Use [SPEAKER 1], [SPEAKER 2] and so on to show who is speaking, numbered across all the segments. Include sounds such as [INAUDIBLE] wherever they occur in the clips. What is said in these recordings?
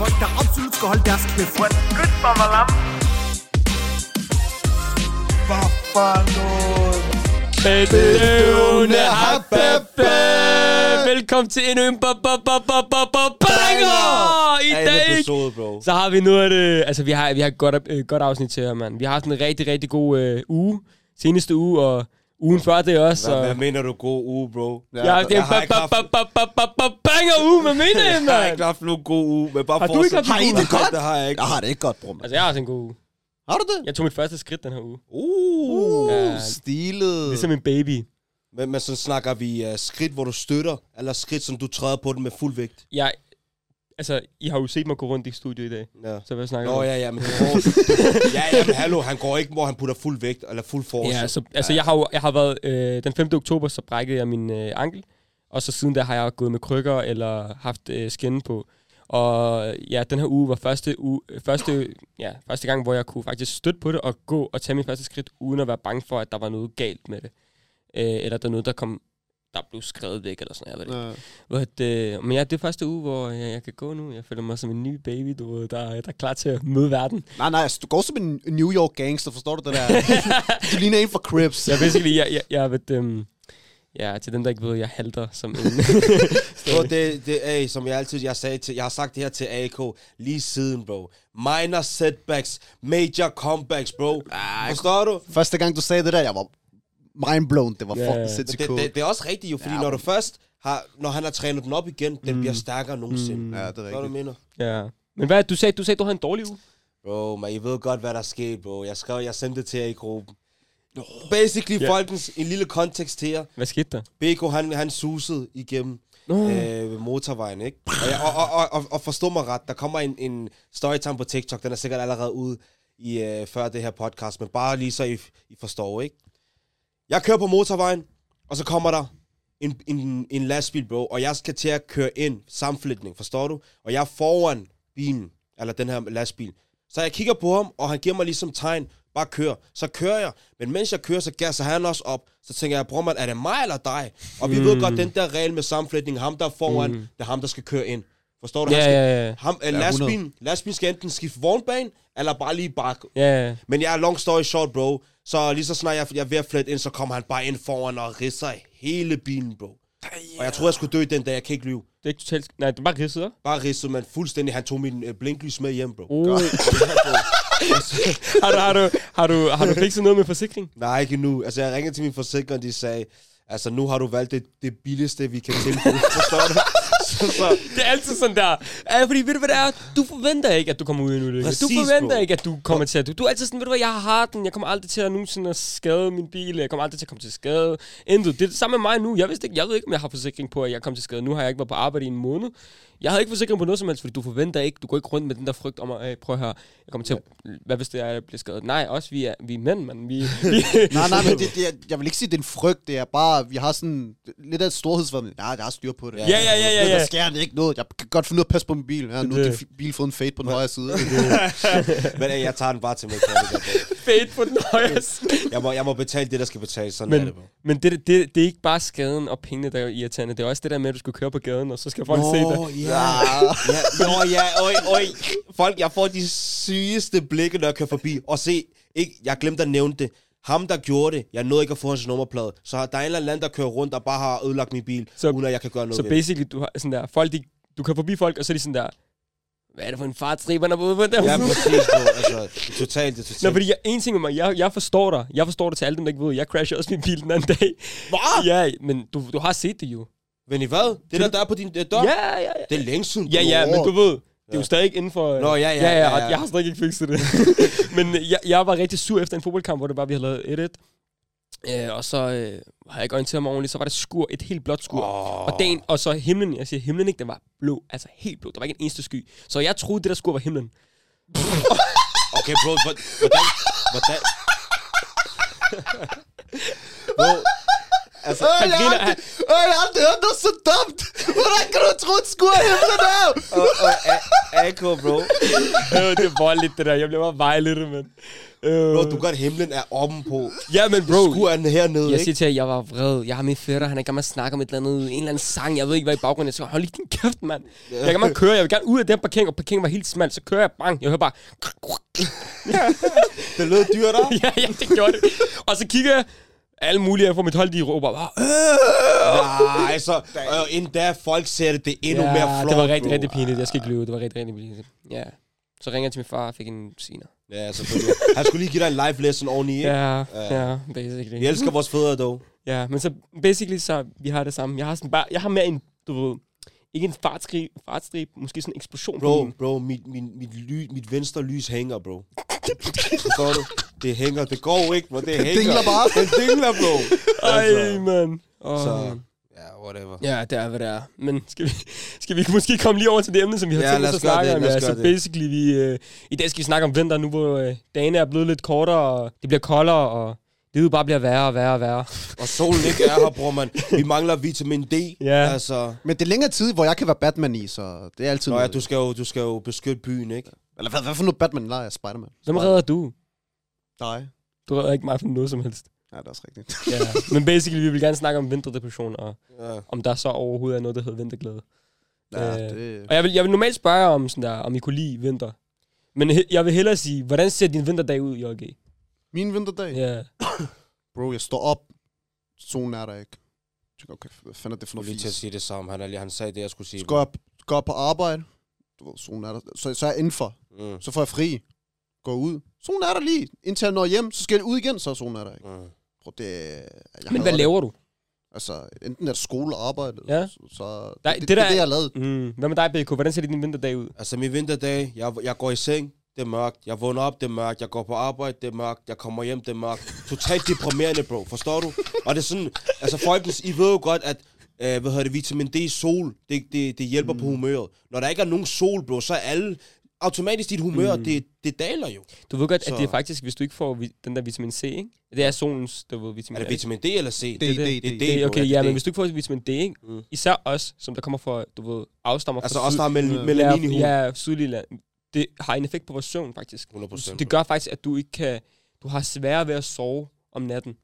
[SPEAKER 1] folk, der absolut skal holde deres kæft.
[SPEAKER 2] What's good, Bamalam?
[SPEAKER 1] Hvad for noget?
[SPEAKER 3] Bedøvende habbebe! Velkommen til endnu en ba- ba- ba- ba- ba- ba- banger! I dag
[SPEAKER 4] episode, bro.
[SPEAKER 3] så har vi nu et, øh, altså vi har, vi har et godt, øh, godt afsnit til her, mand. Vi har haft en rigtig, rigtig god øh, uge, seneste uge, og ugen før det også.
[SPEAKER 4] Hvad, hvad
[SPEAKER 3] Og,
[SPEAKER 4] mener du god uge, bro?
[SPEAKER 3] ja, det er en
[SPEAKER 4] har
[SPEAKER 3] ba-
[SPEAKER 4] ikke
[SPEAKER 3] ba-
[SPEAKER 4] haft,
[SPEAKER 3] ba- ba- ba- ba- ba- banger uge, hvad
[SPEAKER 4] [LAUGHS]
[SPEAKER 3] mener jeg,
[SPEAKER 4] jeg har
[SPEAKER 3] mand?
[SPEAKER 4] ikke haft nogen god uge, men bare
[SPEAKER 3] Har du ikke haft
[SPEAKER 4] fortsæt.
[SPEAKER 3] en
[SPEAKER 4] Nej,
[SPEAKER 3] god uge?
[SPEAKER 4] godt, Det har jeg ikke.
[SPEAKER 1] Jeg har det ikke godt, bror.
[SPEAKER 3] Altså, jeg har også en god uge.
[SPEAKER 1] Har du det?
[SPEAKER 3] Jeg tog mit første skridt den her uge.
[SPEAKER 4] Uh.
[SPEAKER 3] Ja.
[SPEAKER 1] Stilet.
[SPEAKER 3] Ligesom en baby.
[SPEAKER 4] Men, men så snakker vi uh, skridt, hvor du støtter, eller skridt, som du træder på den med fuld vægt.
[SPEAKER 3] Jeg, altså, I har jo set mig gå rundt i studiet i dag.
[SPEAKER 4] Ja.
[SPEAKER 3] Så hvad snakker du
[SPEAKER 4] Nå
[SPEAKER 3] om?
[SPEAKER 4] ja, ja, men det går... ja, [LAUGHS] ja, men hallo, han går ikke, hvor han putter fuld vægt, eller fuld force.
[SPEAKER 3] Ja, så, altså jeg har, jo- jeg har været, øh, den 5. oktober, så brækkede jeg min øh, ankel, og så siden der har jeg gået med krykker eller haft øh, skinne på. Og ja, den her uge var første, uge, øh, første, ja, første gang, hvor jeg kunne faktisk støtte på det og gå og tage min første skridt, uden at være bange for, at der var noget galt med det. Øh, eller der er noget, der kom der blev skrevet væk, eller sådan noget. Jeg ved det ikke. Hvor at, øh, men ja, det er første uge, hvor jeg, jeg kan gå nu. Jeg føler mig som en ny baby, du, ved, der, der er klar til at møde verden.
[SPEAKER 1] Nej, nej, altså, du går som en New York gangster, forstår du det
[SPEAKER 3] [LAUGHS]
[SPEAKER 1] der? du ligner en fra Crips.
[SPEAKER 3] Jeg vidste lige, jeg, jeg, jeg ved, øhm, ja, til dem, der ikke ved, jeg halter som [LAUGHS] en.
[SPEAKER 4] Bro, det, det hey, som jeg altid jeg sagde til, jeg har sagt det her til AK lige siden, bro. Minor setbacks, major comebacks, bro. Forstår du?
[SPEAKER 1] Første gang, du sagde det der, jeg var mindblown. Det var
[SPEAKER 3] Ja,
[SPEAKER 1] fucking
[SPEAKER 3] ja.
[SPEAKER 1] sindssygt
[SPEAKER 4] det,
[SPEAKER 1] cool.
[SPEAKER 4] det, det er også rigtigt jo, fordi
[SPEAKER 1] Ja,
[SPEAKER 4] ja, når du
[SPEAKER 1] men- Mm.
[SPEAKER 4] først har, når han har trænet den op igen, den bliver stærkere end nogensinde. Mm.
[SPEAKER 1] Ja, det er
[SPEAKER 4] Hvad du
[SPEAKER 1] rigtigt.
[SPEAKER 4] mener?
[SPEAKER 3] ja. Men hvad, du sagde, du sagde, du havde en dårlig uge.
[SPEAKER 4] Bro, man, I ved godt, hvad der skete, bro. Jeg skrev, jeg sendte det til jer i gruppen. Basically,
[SPEAKER 3] Ja.
[SPEAKER 4] yeah. folkens, en lille kontekst her.
[SPEAKER 3] Hvad skete der?
[SPEAKER 4] BK, han, han susede igennem
[SPEAKER 3] Nå.
[SPEAKER 4] øh, motorvejen, ikke? Og, jeg, og, og, og, og, og forstå mig ret, der kommer en, en storytime på TikTok, den er sikkert allerede ude i, øh, før det her podcast, men bare lige så I, I forstår, ikke? Jeg kører på motorvejen, og så kommer der en, en, en lastbil, bro, og jeg skal til at køre ind, sammenflætning, forstår du? Og jeg er foran bilen, eller den her lastbil. Så jeg kigger på ham, og han giver mig ligesom tegn, bare kør. Så kører jeg, men mens jeg kører, så gasser han også op. Så tænker jeg, bror man, er det mig eller dig? Og vi mm. ved
[SPEAKER 3] Hmm.
[SPEAKER 4] godt, den der regel med sammenflætning, ham der er foran, mm. det er ham, der skal køre ind. Forstår du? Han
[SPEAKER 3] Ja,
[SPEAKER 4] skal,
[SPEAKER 3] ja, ja.
[SPEAKER 4] Ham, øh, lastbilen, lastbilen skal enten skifte vognbane, eller bare lige bakke.
[SPEAKER 3] Ja,
[SPEAKER 4] Men jeg er long story short, bro. Så lige så snart jeg, jeg er ved at flette ind, så kommer han bare ind foran og ridser hele bilen, bro. Og jeg tror jeg skulle dø den dag, jeg kan ikke lyve.
[SPEAKER 3] det er ikke totalt... Nej, det er bare ridset op.
[SPEAKER 4] Bare ridsede man fuldstændig. Han tog min øh, blinklys med hjem, bro.
[SPEAKER 3] Oh. har, du, har, du, har, du, [LAUGHS] har du fikset noget med forsikring?
[SPEAKER 4] [LAUGHS] Nej, ikke nu. Altså, jeg ringede til min forsikrer, og de sagde, altså, nu har du valgt det, det billigste, vi kan tilbyde. [LAUGHS] Forstår du? Så, så,
[SPEAKER 3] Det er altid sådan der. Ja, fordi ved du, hvad det er? Du forventer ikke, at du kommer ud i en ulykke.
[SPEAKER 4] Præcis,
[SPEAKER 3] du forventer
[SPEAKER 4] bro.
[SPEAKER 3] ikke, at du kommer til at... Du, du er altid sådan, ved du hvad, jeg har harden. Jeg kommer aldrig til at nogensinde at skade min bil. Jeg kommer aldrig til at komme til skade. Intet. Det er det samme med mig nu. Jeg vidste ikke, jeg ved ikke, om jeg har forsikring på, at jeg kom til skade. Nu har jeg ikke været på arbejde i en måned. Jeg havde ikke forsikring på noget som helst, fordi du forventer ikke. Du går ikke rundt med den der frygt om at, øh, prøv at høre, jeg kommer til at... Hvad hvis det er, jeg bliver skadet? Nej, også vi er, vi er mænd, mand. Vi, vi,
[SPEAKER 1] Nej, nej, men det, det, er- jeg vil ikke sige, det er en frygt. Det er bare, vi har sådan lidt af et storhedsvandring. Nej, jeg har styr på det.
[SPEAKER 3] Ja, ja, ja, ja,
[SPEAKER 1] Det, Der
[SPEAKER 3] ja.
[SPEAKER 1] sker det ikke noget. Jeg kan godt finde ud af at passe på min bil. Ja, nu har
[SPEAKER 3] Det-
[SPEAKER 1] din fi- bil fået en fade på den højre
[SPEAKER 3] [LAUGHS]
[SPEAKER 1] side.
[SPEAKER 4] men øh, jeg tager den bare til mig.
[SPEAKER 3] [LAUGHS] Fade på den højre side.
[SPEAKER 4] Jeg må, jeg må betale det, der skal betales. Sådan men, er
[SPEAKER 3] Men,
[SPEAKER 4] det, bro.
[SPEAKER 3] men det, det, det er ikke bare skaden og pengene, der er irriterende. Det er også det der med, at du skal køre på gaden, og så skal folk se dig.
[SPEAKER 4] ja. ja. Nå, ja, øj, øj. Folk, jeg får de sygeste blikke, når jeg kører forbi. Og se, ikke, jeg glemte at nævne det. Ham, der gjorde det, jeg nåede ikke at få hans nummerplade. Så der er en eller anden, der kører rundt og bare har ødelagt min bil,
[SPEAKER 3] Så-
[SPEAKER 4] så, uden at jeg kan gøre noget
[SPEAKER 3] Så
[SPEAKER 4] ved det.
[SPEAKER 3] basically, du har sådan der, folk, de, du kører forbi folk, og så er de sådan der, hvad er det for en fartstriber, han er ude på der?
[SPEAKER 4] Ja, præcis, bro. Altså, det er totalt, det er totalt.
[SPEAKER 3] Nå, fordi jeg, en ting om mig, jeg, jeg forstår dig. Jeg forstår dig til alle dem, der ikke ved. Jeg crashede også min bil den anden dag.
[SPEAKER 4] Hvad?
[SPEAKER 3] Ja, men du, du har set det jo.
[SPEAKER 4] Men i hvad? Det der, der er på din øh, dør?
[SPEAKER 3] Ja, ja, ja.
[SPEAKER 4] Det er længe siden.
[SPEAKER 3] Ja,
[SPEAKER 4] bro.
[SPEAKER 3] ja, men du ved, det er jo
[SPEAKER 4] Ja.
[SPEAKER 3] stadig inden for...
[SPEAKER 4] Nå, ja, ja,
[SPEAKER 3] ja, ja,
[SPEAKER 4] ja,
[SPEAKER 3] og
[SPEAKER 4] ja.
[SPEAKER 3] jeg har stadig ikke
[SPEAKER 4] [LAUGHS]
[SPEAKER 3] fikset det. men øh, jeg, jeg var rigtig sur efter en fodboldkamp, hvor det var, vi havde lavet 1-1. Øh, og så øh, har jeg ikke orienteret mig ordentligt, så var der skur, et helt blåt skur.
[SPEAKER 4] Åh.
[SPEAKER 3] Og, dagen, og så himlen, jeg siger himlen ikke, den var blå, altså helt blå, der var ikke en eneste sky. Så jeg troede, det der skur var
[SPEAKER 4] [LAUGHS]
[SPEAKER 3] himlen.
[SPEAKER 4] Okay, bro, hvor- hvordan...
[SPEAKER 3] [LAUGHS]
[SPEAKER 4] hvordan bro,
[SPEAKER 1] Altså, øh, jeg, har
[SPEAKER 3] griner-
[SPEAKER 1] aldrig, øh, jeg har aldrig hørt noget så dumt. Hvordan kan du tro, at skur er himlen af?
[SPEAKER 4] og, og, psycho, bro.
[SPEAKER 3] Øh, det er voldeligt, det der. Jeg bliver bare vejledt, mand. Øh.
[SPEAKER 4] Bro, du gør, at himlen er oven på.
[SPEAKER 3] Ja, men bro.
[SPEAKER 4] Skruer den hernede,
[SPEAKER 3] Jeg
[SPEAKER 4] ikke?
[SPEAKER 3] siger til jer, jeg var vred. Jeg har min fætter, han er i gang med at snakke om et eller andet, en eller anden sang. Jeg ved ikke, hvad i baggrunden er. Så hold lige din kæft, mand. Jeg kan bare køre. Jeg vil gerne ud af den parkering, og parkeringen var helt smal. Så kører jeg, bang. Jeg hører bare... [LAUGHS]
[SPEAKER 4] Det lød dyrt, da.
[SPEAKER 3] [LAUGHS] ja, ja, det gjorde det. Og så kigger jeg. Alle mulige fra mit hold, de råber bare... Øh,
[SPEAKER 4] Nej, altså, øh, endda folk ser det, det er endnu mere flot,
[SPEAKER 3] Det var rigtig,
[SPEAKER 4] bro.
[SPEAKER 3] rigtig pinligt. Jeg skal ikke lyve. Det var rigtig, rigtig pinligt. Ja. Så ringer jeg til min far og fik en siner.
[SPEAKER 4] Ja, selvfølgelig. Han skulle lige give dig en live lesson oveni, ikke?
[SPEAKER 3] Ja, ja, basically.
[SPEAKER 4] Vi elsker vores fædre, dog.
[SPEAKER 3] Ja, men så basically, så vi har det samme. Jeg har, sådan bare, jeg har mere en, du ved, ikke en fartstrib, fartstrib måske sådan en eksplosion. på
[SPEAKER 4] Bro,
[SPEAKER 3] min-
[SPEAKER 4] bro, mit, min, mit, ly, mit venstre lys hænger, bro. Forstår du? Det hænger. Det går ikke, bro. Det hænger.
[SPEAKER 1] dingler bare.
[SPEAKER 4] Det dingler, bro.
[SPEAKER 3] Ej,
[SPEAKER 4] Altså,
[SPEAKER 3] mand. Oh,
[SPEAKER 4] så,
[SPEAKER 3] så.
[SPEAKER 4] ja, whatever.
[SPEAKER 3] Ja, det er, hvad det er. Men skal vi, skal vi måske komme lige over til det emne, som vi har
[SPEAKER 4] Ja,
[SPEAKER 3] tænkt
[SPEAKER 4] lad
[SPEAKER 3] os
[SPEAKER 4] os
[SPEAKER 3] at
[SPEAKER 4] gøre
[SPEAKER 3] snakke
[SPEAKER 4] det,
[SPEAKER 3] om?
[SPEAKER 4] lad os
[SPEAKER 3] så
[SPEAKER 4] gøre det.
[SPEAKER 3] basically, vi, øh, i dag skal vi snakke om vinter nu, hvor øh, dagene er blevet lidt kortere, og det bliver koldere, og livet bare bliver værre og værre og værre.
[SPEAKER 4] Og solen ikke er her, bror, man. Vi mangler vitamin D.
[SPEAKER 3] Ja.
[SPEAKER 4] Altså,
[SPEAKER 1] Men det er længere tid, hvor jeg kan være Batman i, så det er altid...
[SPEAKER 4] Nå ja,
[SPEAKER 1] noget.
[SPEAKER 4] du skal, jo, du skal jo beskytte byen, ikke?
[SPEAKER 1] Eller hvad, hvad for noget Batman? Nej, jeg er Spider-Man.
[SPEAKER 3] Hvem redder du?
[SPEAKER 1] Nej.
[SPEAKER 3] Du redder ikke mig fra noget som helst.
[SPEAKER 1] Nej, det er også rigtigt.
[SPEAKER 3] Ja. Men basically, vi vil gerne snakke om vinterdepression, og
[SPEAKER 4] Ja.
[SPEAKER 3] om der så overhovedet er noget, der hedder vinterglæde.
[SPEAKER 1] Ja,
[SPEAKER 3] Øh,
[SPEAKER 1] det...
[SPEAKER 3] Og jeg vil, jeg vil normalt spørge jer om, sådan der, om I kunne lide vinter. Men he, jeg vil hellere sige, hvordan ser din vinterdag ud, JG?
[SPEAKER 4] Øh,
[SPEAKER 1] Min vinterdag?
[SPEAKER 3] Ja.
[SPEAKER 1] Bro, jeg står op. Solen er der ikke. Jeg tænker, okay, hvad fanden er det for
[SPEAKER 4] Nu er
[SPEAKER 1] noget
[SPEAKER 4] lige til at
[SPEAKER 1] fisk?
[SPEAKER 4] sige det samme. Han, er, lige- han sagde det, jeg skulle sige.
[SPEAKER 1] Så går jeg, går jeg på arbejde. Du ved, solen er der. Så, så er jeg indenfor.
[SPEAKER 4] Mm.
[SPEAKER 1] Så får jeg fri. Går ud. Solen er der lige. Indtil jeg når hjem, så skal jeg ud igen, så er solen er der ikke.
[SPEAKER 4] Mm.
[SPEAKER 1] Bro, det, jeg
[SPEAKER 3] Men hvad
[SPEAKER 1] hader
[SPEAKER 3] laver du?
[SPEAKER 1] Det. Altså, enten er det skole og arbejde.
[SPEAKER 3] Ja.
[SPEAKER 1] Så, så
[SPEAKER 3] Nej,
[SPEAKER 1] det, det,
[SPEAKER 3] det
[SPEAKER 1] det,
[SPEAKER 3] der
[SPEAKER 1] er
[SPEAKER 3] er-
[SPEAKER 1] det, jeg lavede.
[SPEAKER 3] Mm. Hvad med dig, BK? Hvordan ser din vinterdag ud?
[SPEAKER 4] Altså min vinterdag, jeg, jeg går i seng, det er mørkt. Jeg vågner op, det er mørkt. Jeg går på arbejde, det er mørkt. Jeg kommer hjem, det er mørkt. Totalt deprimerende, bro. Forstår du? Og det er sådan, altså folkens, I ved jo godt, at øh, hvad hedder det, vitamin D sol, det, det, det hjælper mm. på humøret. Når der ikke er nogen sol, bro, så er alle, automatisk dit humør, mm. det, det daler jo.
[SPEAKER 3] Du ved godt, så.
[SPEAKER 4] Så-
[SPEAKER 3] at det er faktisk, hvis du ikke får vi- den der vitamin C, ikke? Det er solens, du ved, vitamin
[SPEAKER 4] Er det vitamin D eller C?
[SPEAKER 1] Det,
[SPEAKER 3] det-
[SPEAKER 1] det, det, det.
[SPEAKER 4] det-
[SPEAKER 3] D,
[SPEAKER 4] jo, er
[SPEAKER 3] okay,
[SPEAKER 4] det
[SPEAKER 3] ja,
[SPEAKER 4] D?
[SPEAKER 3] men hvis du ikke får vitamin D, ikke?
[SPEAKER 4] Mm.
[SPEAKER 3] Mm. Især os, som der kommer fra, du ved, afstammer
[SPEAKER 4] Altså
[SPEAKER 3] fra
[SPEAKER 4] også der er mel-
[SPEAKER 1] Ja.
[SPEAKER 4] melanin i
[SPEAKER 3] syd-
[SPEAKER 4] hovedet.
[SPEAKER 3] ja, ja, sydlige land. Det har en effekt på vores søvn, faktisk.
[SPEAKER 4] 100%.
[SPEAKER 3] Det gør faktisk, at du ikke kan... Du har sværere ved at sove om natten.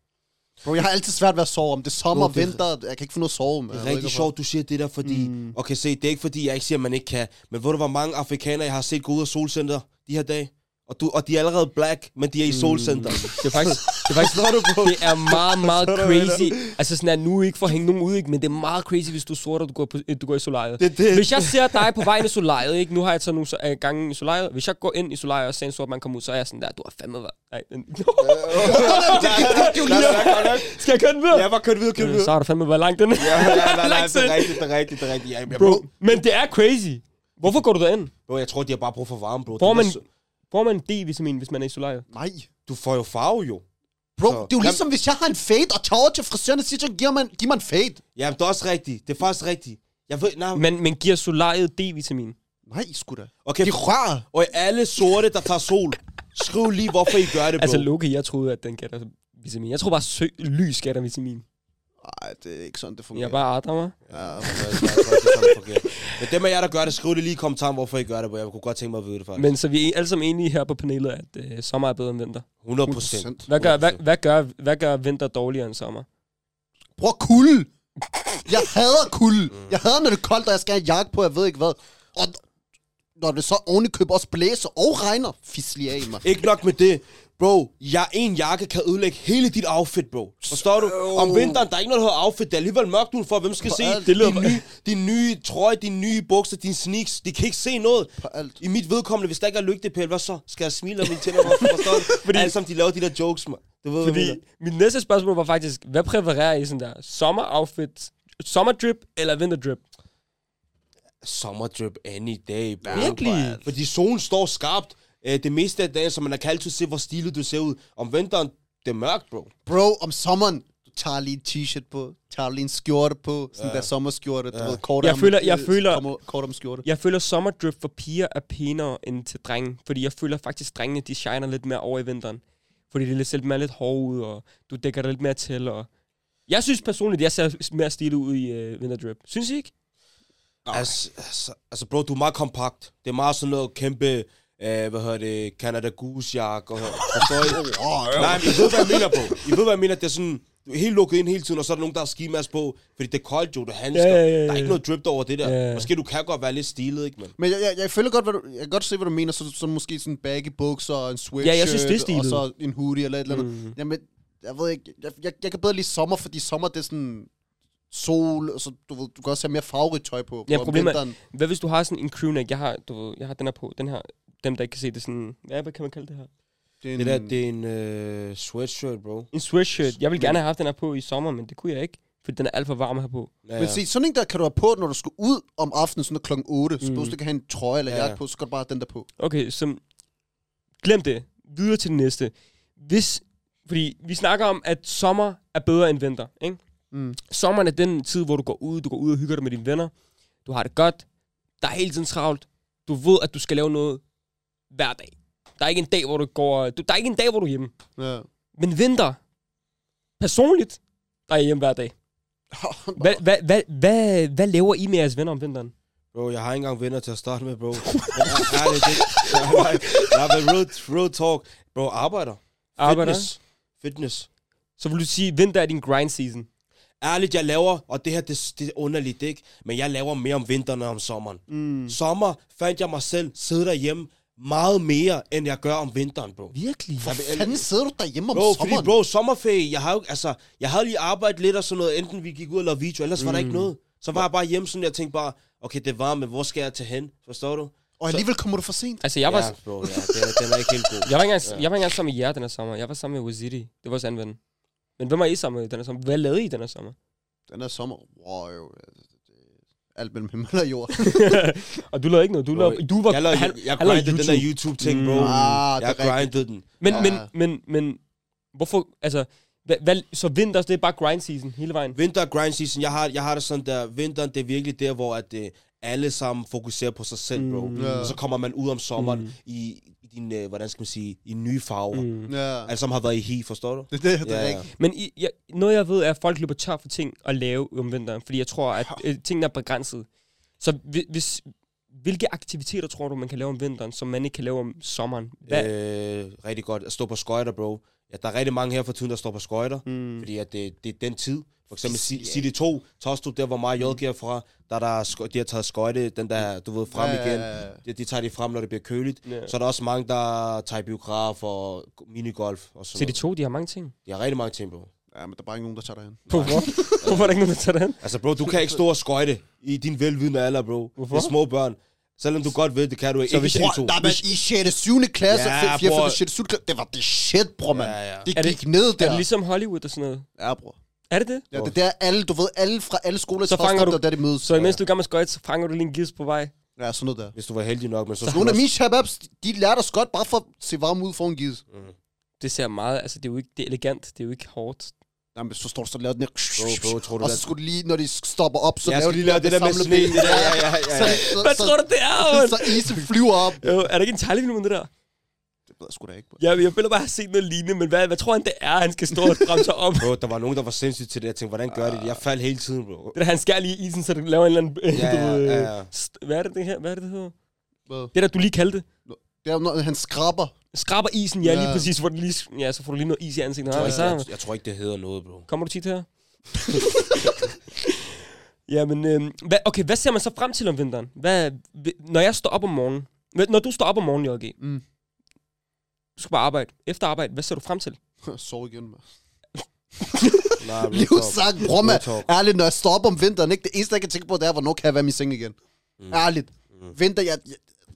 [SPEAKER 1] Bro, jeg har altid svært ved at sove. Om det er sommer,
[SPEAKER 4] Bro, det er-
[SPEAKER 1] vinter, jeg kan ikke få noget at sove.
[SPEAKER 4] Det er rigtig sjovt, du siger det der, fordi... Mm. Okay, se, det er ikke fordi, jeg ikke siger, at man ikke kan. Men ved du, hvor mange afrikanere, jeg har set gå ud af solcenter de her dage? Og, du, og de er allerede black, men de er i [LAUGHS] solcenter.
[SPEAKER 3] Det er faktisk... Det er faktisk
[SPEAKER 4] Forstår du, [LAUGHS] bro?
[SPEAKER 3] det er meget, meget
[SPEAKER 4] Forstår du, hvad jeg
[SPEAKER 3] crazy. Altså sådan, at nu er ikke for at hænge nogen ud, ikke? men det er meget crazy, hvis du er sort, og du går, på, øh, du går i solariet.
[SPEAKER 4] Det er det.
[SPEAKER 3] Hvis jeg ser dig på vej ind i solariet, ikke? nu har jeg så nogle øh, gange i solariet. Hvis jeg går ind i solariet og ser en sort mand komme ud, så er jeg sådan der, du har fandme været. Nej, men- Skal jeg køre den videre?
[SPEAKER 4] Jeg var kørt videre, kørt
[SPEAKER 3] Øh,
[SPEAKER 4] videre.
[SPEAKER 3] så har du fandme været langt den.
[SPEAKER 4] Ja, ja, nej, nej,
[SPEAKER 3] Langt
[SPEAKER 4] det er
[SPEAKER 3] ind.
[SPEAKER 4] rigtigt, det er rigtigt, det er rigtigt. Jeg, jeg,
[SPEAKER 3] Bro, men det er crazy. Hvorfor går du derind?
[SPEAKER 4] bro, jeg tror, de har bare brug for varme, bro.
[SPEAKER 3] Får
[SPEAKER 4] Det er
[SPEAKER 3] man,
[SPEAKER 4] så-
[SPEAKER 3] får man D-vitamin, hvis man er i solariet?
[SPEAKER 1] Nej.
[SPEAKER 4] Du får jo farve, jo.
[SPEAKER 1] Bro,
[SPEAKER 4] Så-
[SPEAKER 1] det er jo ligesom, hvis jeg har en fade, og tager over til frisøren og siger, så giver man, giv mig en fade.
[SPEAKER 4] Jamen, det er også rigtigt. Det er faktisk rigtigt. Jeg ved, nej,
[SPEAKER 3] Men, men giver solariet D-vitamin?
[SPEAKER 1] Nej, sgu da.
[SPEAKER 4] okay.
[SPEAKER 1] De rører.
[SPEAKER 4] Og alle sorte, der tager sol, skriv lige, hvorfor I gør det, bro.
[SPEAKER 3] Altså, Loki, jeg troede, at den gav dig vitamin. Jeg tror bare, sø- lys gav dig vitamin.
[SPEAKER 1] Nej, det er ikke sådan, det fungerer.
[SPEAKER 3] Jeg bare "Ah, adder mig.
[SPEAKER 1] Ja,
[SPEAKER 4] Altså, jeg tror ikke, det er sådan, det fungerer. Men dem af jer, der gør det, skriv det lige i kommentaren, hvorfor I gør det, bro. Jeg kunne godt tænke mig at vide det, faktisk.
[SPEAKER 3] Men så vi er alle sammen enige her på panelet, at øh, sommer er bedre end vinter.
[SPEAKER 4] 100 procent.
[SPEAKER 1] 100%.
[SPEAKER 3] Hvad gør, hvad, hvad, gør, hvad gør vinter dårligere end sommer?
[SPEAKER 1] Bror, kulde. Jeg hader kulde. Jeg hader, når det er koldt, og jeg skal have en jakke på, jeg ved ikke hvad. Og når det så oven i købet også blæser og regner, fislig af
[SPEAKER 3] [LAUGHS]
[SPEAKER 1] mig.
[SPEAKER 4] Ikke nok med det. Bro, jeg en jakke kan ødelægge hele dit outfit, bro. Forstår du? Om vinteren, der er ikke noget, der hedder outfit. Det er alligevel mørkt udenfor. Hvem skal
[SPEAKER 1] For
[SPEAKER 4] se
[SPEAKER 1] alt.
[SPEAKER 4] det
[SPEAKER 1] Det
[SPEAKER 3] lyder-
[SPEAKER 4] din, nye, din nye trøje, dine nye bukser, dine sneaks? De kan ikke se noget.
[SPEAKER 1] For alt.
[SPEAKER 4] I mit vedkommende, hvis der ikke er lygtepæl, hvad så? Skal jeg smile om mine tænder? bro? Forstår du? Fordi... Alle sammen, de laver de der jokes, man. Du ved, hvad jeg mener.
[SPEAKER 3] Fordi mit næste spørgsmål var faktisk, hvad præfererer I sådan der? Sommer outfit, sommer drip eller vinter drip?
[SPEAKER 4] Sommerdrip any day, bro.
[SPEAKER 3] Virkelig?
[SPEAKER 4] Fordi solen står skarpt øh, det meste af dagen, så man kan altid se, hvor stilet du ser ud. Om vinteren, det er mørkt, bro.
[SPEAKER 1] Bro, om sommeren, du tager lige en t-shirt på, tager lige en skjorte på, sådan der sommerskjorte, du ved, kort
[SPEAKER 3] Jeg
[SPEAKER 1] om,
[SPEAKER 3] føler- jeg
[SPEAKER 1] øh,
[SPEAKER 3] føler-
[SPEAKER 1] kommer- Kort om skjorte.
[SPEAKER 3] Jeg føler, sommer drip for piger er pænere end til drenge. Fordi jeg føler faktisk, drengene de shiner lidt mere over i vinteren. Fordi det er lidt, selv mere lidt hård ud, og du dækker dig lidt mere til. Og... Jeg synes personligt, jeg ser mere stilet ud i øh, vinterdrip. Synes I ikke?
[SPEAKER 4] Altså, altså, altså, bro, du er meget kompakt. Det er meget sådan noget kæmpe, øh, hvad hedder det, Canada Goose jak og forstår
[SPEAKER 3] [LAUGHS]
[SPEAKER 4] I? Nej, men I ved, hvad jeg mener på. I ved, hvad jeg mener. Det er sådan, du er helt lukket ind hele tiden, og så er der nogen, der har skimas på, fordi det er koldt jo, du handsker.
[SPEAKER 3] Ja, ja, ja, ja.
[SPEAKER 4] Der er ikke noget drip over det der.
[SPEAKER 3] Ja, ja.
[SPEAKER 4] Måske du kan godt være lidt stilet, ikke, men...
[SPEAKER 1] Men jeg, jeg, jeg føler godt, hvad du, jeg kan godt se, hvad du mener. Så, så måske sådan baggy bukser og en sweatshirt.
[SPEAKER 3] Ja, jeg synes, det er stilet.
[SPEAKER 1] Og så en hoodie eller et eller andet. Mm. Jamen, jeg ved ikke. Jeg, jeg, jeg kan bedre lide sommer, fordi sommer det er sådan sol, og så du, ved, du kan også have mere farverigt tøj på.
[SPEAKER 3] Ja,
[SPEAKER 1] Hvor om
[SPEAKER 3] problemet er,
[SPEAKER 1] vinteren-
[SPEAKER 3] hvad hvis du har sådan en crewneck? Jeg har, du ved, jeg har den her på, den her, dem der ikke kan se det er sådan, hvad, hvad kan man kalde det her?
[SPEAKER 1] det er
[SPEAKER 4] Det der,
[SPEAKER 3] Mm.
[SPEAKER 4] det er en øh, sweatshirt, bro.
[SPEAKER 3] En sweatshirt. Jeg ville gerne have haft den her på i sommer, men det kunne jeg ikke, fordi den er alt for varm her på.
[SPEAKER 4] Ja,
[SPEAKER 1] Men se, sådan en der kan du have på, når du skal ud om aftenen, sådan noget klokken 8. Så du skal have en trøje eller
[SPEAKER 4] Ja.
[SPEAKER 1] jakke på, så skal du bare have den der på.
[SPEAKER 3] Okay, så glem det. Videre til det næste. Hvis, fordi vi snakker om, at sommer er bedre end vinter, ikke?
[SPEAKER 1] Mm.
[SPEAKER 3] Sommeren er den tid, hvor du går ud, du går ud og hygger dig med dine venner. Du har det godt. Der er hele tiden travlt. Du ved, at du skal lave noget hver dag. Der er ikke en dag, hvor du går... Du, der er ikke en dag, hvor du er hjemme.
[SPEAKER 1] Ja.
[SPEAKER 3] Men vinter, personligt, der er jeg hjemme hver dag. Hvad, hvad, hvad, hvad, hvad laver I med jeres venner om vinteren?
[SPEAKER 4] Bro, jeg har ikke engang venner til at starte med, bro. Jeg, er- ærligt, det, jeg, har- jeg har været real, real talk. Bro, arbejder.
[SPEAKER 3] Arbejder?
[SPEAKER 4] Fitness. Fitness.
[SPEAKER 3] Så vil du sige, at vinter er din grind season.
[SPEAKER 4] Ærligt, jeg laver, og det her det, det er underligt, ikke? Men jeg laver mere om vinteren og om sommeren. Mm. Sommer fandt jeg mig selv sidde derhjemme meget mere, end jeg gør om vinteren, bro.
[SPEAKER 3] Virkelig?
[SPEAKER 1] Hvor fanden sidder du derhjemme om
[SPEAKER 4] Bro,
[SPEAKER 1] sommeren?
[SPEAKER 4] fordi bro, sommerferie, jeg har jo, altså, jeg havde lige arbejdet lidt og sådan noget, enten vi gik ud og lavede video, ellers mm. var der ikke noget. Så var jeg bare hjemme sådan, jeg tænkte bare, okay, det er varmt, men hvor skal jeg tage hen? Forstår du?
[SPEAKER 1] Og alligevel kommer du for sent.
[SPEAKER 3] Altså, jeg var,
[SPEAKER 4] Ja, bro, ja, den, er- den er ikke helt god.
[SPEAKER 3] jeg var, ikke engang, jeg var ikke engang sammen med jer den her sommer. Jeg var sammen med Waziri. Det var vores anden ven. Men hvem var I sammen med den her sommer? Hvad lavede I den her sommer?
[SPEAKER 1] Den er sommer. Wow. altså, det- Alt mellem himmel og jord.
[SPEAKER 3] og du lavede ikke noget. Du, lavede, du var...
[SPEAKER 4] jeg, lavede,
[SPEAKER 3] han-
[SPEAKER 4] jeg, jeg
[SPEAKER 3] han lavede
[SPEAKER 4] grindede den der YouTube-ting, bro.
[SPEAKER 1] Mm. Ah, det
[SPEAKER 4] jeg
[SPEAKER 1] er rigtigt.
[SPEAKER 4] grindede den.
[SPEAKER 3] Men, men,
[SPEAKER 1] Ja.
[SPEAKER 3] men, men, hvorfor... Altså, hvad, hvad, så vinter, det er bare grind season hele vejen.
[SPEAKER 4] Vinter er grind season, jeg har, jeg har det sådan der, vinteren det er virkelig der, hvor at, øh, alle sammen fokuserer på sig selv, bro.
[SPEAKER 3] Mm.
[SPEAKER 4] Mm. Og så kommer man ud om sommeren mm. i, i din, øh, hvordan skal man sige, i nye farver. Mm.
[SPEAKER 1] ja.
[SPEAKER 4] Alle sammen har været i hi, forstår du?
[SPEAKER 1] Det, det, det er
[SPEAKER 4] Ja, ja.
[SPEAKER 1] rigtigt.
[SPEAKER 3] Men I, jeg, noget jeg ved er, at folk løber tør for ting at lave om vinteren, fordi jeg tror, at øh, tingene er begrænset. Så hvi- hvis, hvilke aktiviteter tror du, man kan lave om vinteren, som man ikke kan lave om sommeren? Hvad? Øh,
[SPEAKER 4] Øh, rigtig godt. At stå på skøjter, bro. Ja, der er rigtig mange her for tiden, der står på skøjter, mm. fordi at det, det er den tid. For eksempel Ci- City 2, Tostrup, der hvor meget JG er fra, der, er der er skø- de har taget skøjte, den der, du ved, frem
[SPEAKER 1] Ja, ja,
[SPEAKER 4] igen.
[SPEAKER 1] ja, ja.
[SPEAKER 4] De, de tager det frem, når det bliver køligt.
[SPEAKER 3] Ja.
[SPEAKER 4] Så er der også mange, der tager i biograf og minigolf og sådan
[SPEAKER 3] de
[SPEAKER 4] noget.
[SPEAKER 3] to, de har mange ting.
[SPEAKER 4] De har rigtig mange ting, bro.
[SPEAKER 1] Ja, men der er bare ikke nogen, der tager dig hen.
[SPEAKER 3] Hvorfor?
[SPEAKER 1] [LAUGHS]
[SPEAKER 3] Hvorfor er der ikke nogen, der tager det hen?
[SPEAKER 4] Altså, bro, du kan ikke stå og skøjte i din velvidende alder, bro.
[SPEAKER 3] Hvorfor?
[SPEAKER 4] Det er små børn. Selvom du godt ved, det kan du ikke.
[SPEAKER 3] hvis
[SPEAKER 4] Ikke
[SPEAKER 3] jeg-
[SPEAKER 4] i to.
[SPEAKER 1] Der var i 6. 7. klasse,
[SPEAKER 4] Ja,
[SPEAKER 1] 4. 5.
[SPEAKER 4] bror.
[SPEAKER 1] 6. 7. klasse. Det var det shit, bror, mand.
[SPEAKER 4] Ja, ja.
[SPEAKER 1] Det
[SPEAKER 3] Er det-
[SPEAKER 1] gik ned
[SPEAKER 3] Er
[SPEAKER 1] der.
[SPEAKER 3] det ligesom Hollywood og sådan noget?
[SPEAKER 1] Ja, bror.
[SPEAKER 3] Er det det?
[SPEAKER 1] Ja, det er der alle, du ved, alle fra alle skoler,
[SPEAKER 3] Så fanger du-
[SPEAKER 1] der, der de mødes.
[SPEAKER 3] Så imens du er i gang med skøjt, så fanger du lige en gis på vej.
[SPEAKER 1] Ja, sådan noget der.
[SPEAKER 4] Hvis du var heldig nok, men så,
[SPEAKER 1] Nogle af
[SPEAKER 4] du
[SPEAKER 1] mine shababs, de lærte os godt bare for at se varm ud for en gids.
[SPEAKER 3] Det ser meget, altså det er jo ikke det er elegant, det er jo ikke hårdt.
[SPEAKER 1] Jamen, så står du så og laver den her...
[SPEAKER 4] Bro, bro, tror du,
[SPEAKER 1] og så
[SPEAKER 4] hvad-
[SPEAKER 1] skulle de lige, når de stopper op, så
[SPEAKER 4] Jeg
[SPEAKER 1] laver
[SPEAKER 4] skal lige lave det der med sne.
[SPEAKER 1] samleben.
[SPEAKER 4] Det der, ja, ja, ja,
[SPEAKER 1] Så,
[SPEAKER 4] ja.
[SPEAKER 1] så,
[SPEAKER 3] Hvad
[SPEAKER 1] så,
[SPEAKER 3] tror du, det er, man?
[SPEAKER 1] [LAUGHS] så isen flyver op.
[SPEAKER 3] Jo, er der ikke en tegnefilm om det der?
[SPEAKER 1] Det ved jeg sgu da ikke, bro.
[SPEAKER 3] Jeg, jeg føler bare, at jeg har set noget lignende, men hvad, hvad tror han, det er, han skal stå og bremse sig op?
[SPEAKER 4] Bro, der var nogen, der var sindssygt til det. Jeg tænkte, hvordan gør de det? Jeg faldt hele tiden,
[SPEAKER 1] [LAUGHS]
[SPEAKER 4] bro.
[SPEAKER 3] Det der, han skærer lige i isen, så det laver en eller anden... Ja, [LAUGHS]
[SPEAKER 4] ja, ja, ja.
[SPEAKER 3] Hvad er det, det her? Hvad er det, det hedder?
[SPEAKER 1] Hvad?
[SPEAKER 3] Det der, du lige kaldte det.
[SPEAKER 1] Det er jo, når han skraber.
[SPEAKER 3] Skraber isen, ja, lige
[SPEAKER 1] Ja.
[SPEAKER 3] præcis, hvor den lige... Ja, så får du lige noget is i ansigtet.
[SPEAKER 4] Jeg,
[SPEAKER 3] Ja,
[SPEAKER 4] jeg,
[SPEAKER 3] så
[SPEAKER 4] jeg, jeg tror ikke, det hedder noget, bro.
[SPEAKER 3] kommer du tit her. [LAUGHS] Jamen, øhm, hvad, okay, hvad ser man så frem til om vinteren? Hvad, hvi- når jeg står op om morgenen... Hvad- Når du står op om morgenen, JG,
[SPEAKER 1] Mm.
[SPEAKER 3] du skal bare arbejde. Efter arbejde, hvad ser du frem til?
[SPEAKER 1] Sov igen, [LAUGHS] man.
[SPEAKER 4] Nej, bro,
[SPEAKER 1] Livsang, bror, man.
[SPEAKER 4] Real talk.
[SPEAKER 1] Ærligt, når jeg står op om vinteren, ikke? Det eneste, jeg kan tænke på, det er, hvornår kan jeg være i min seng igen. Mm. Ærligt. Mm. Vinter, jeg, jeg,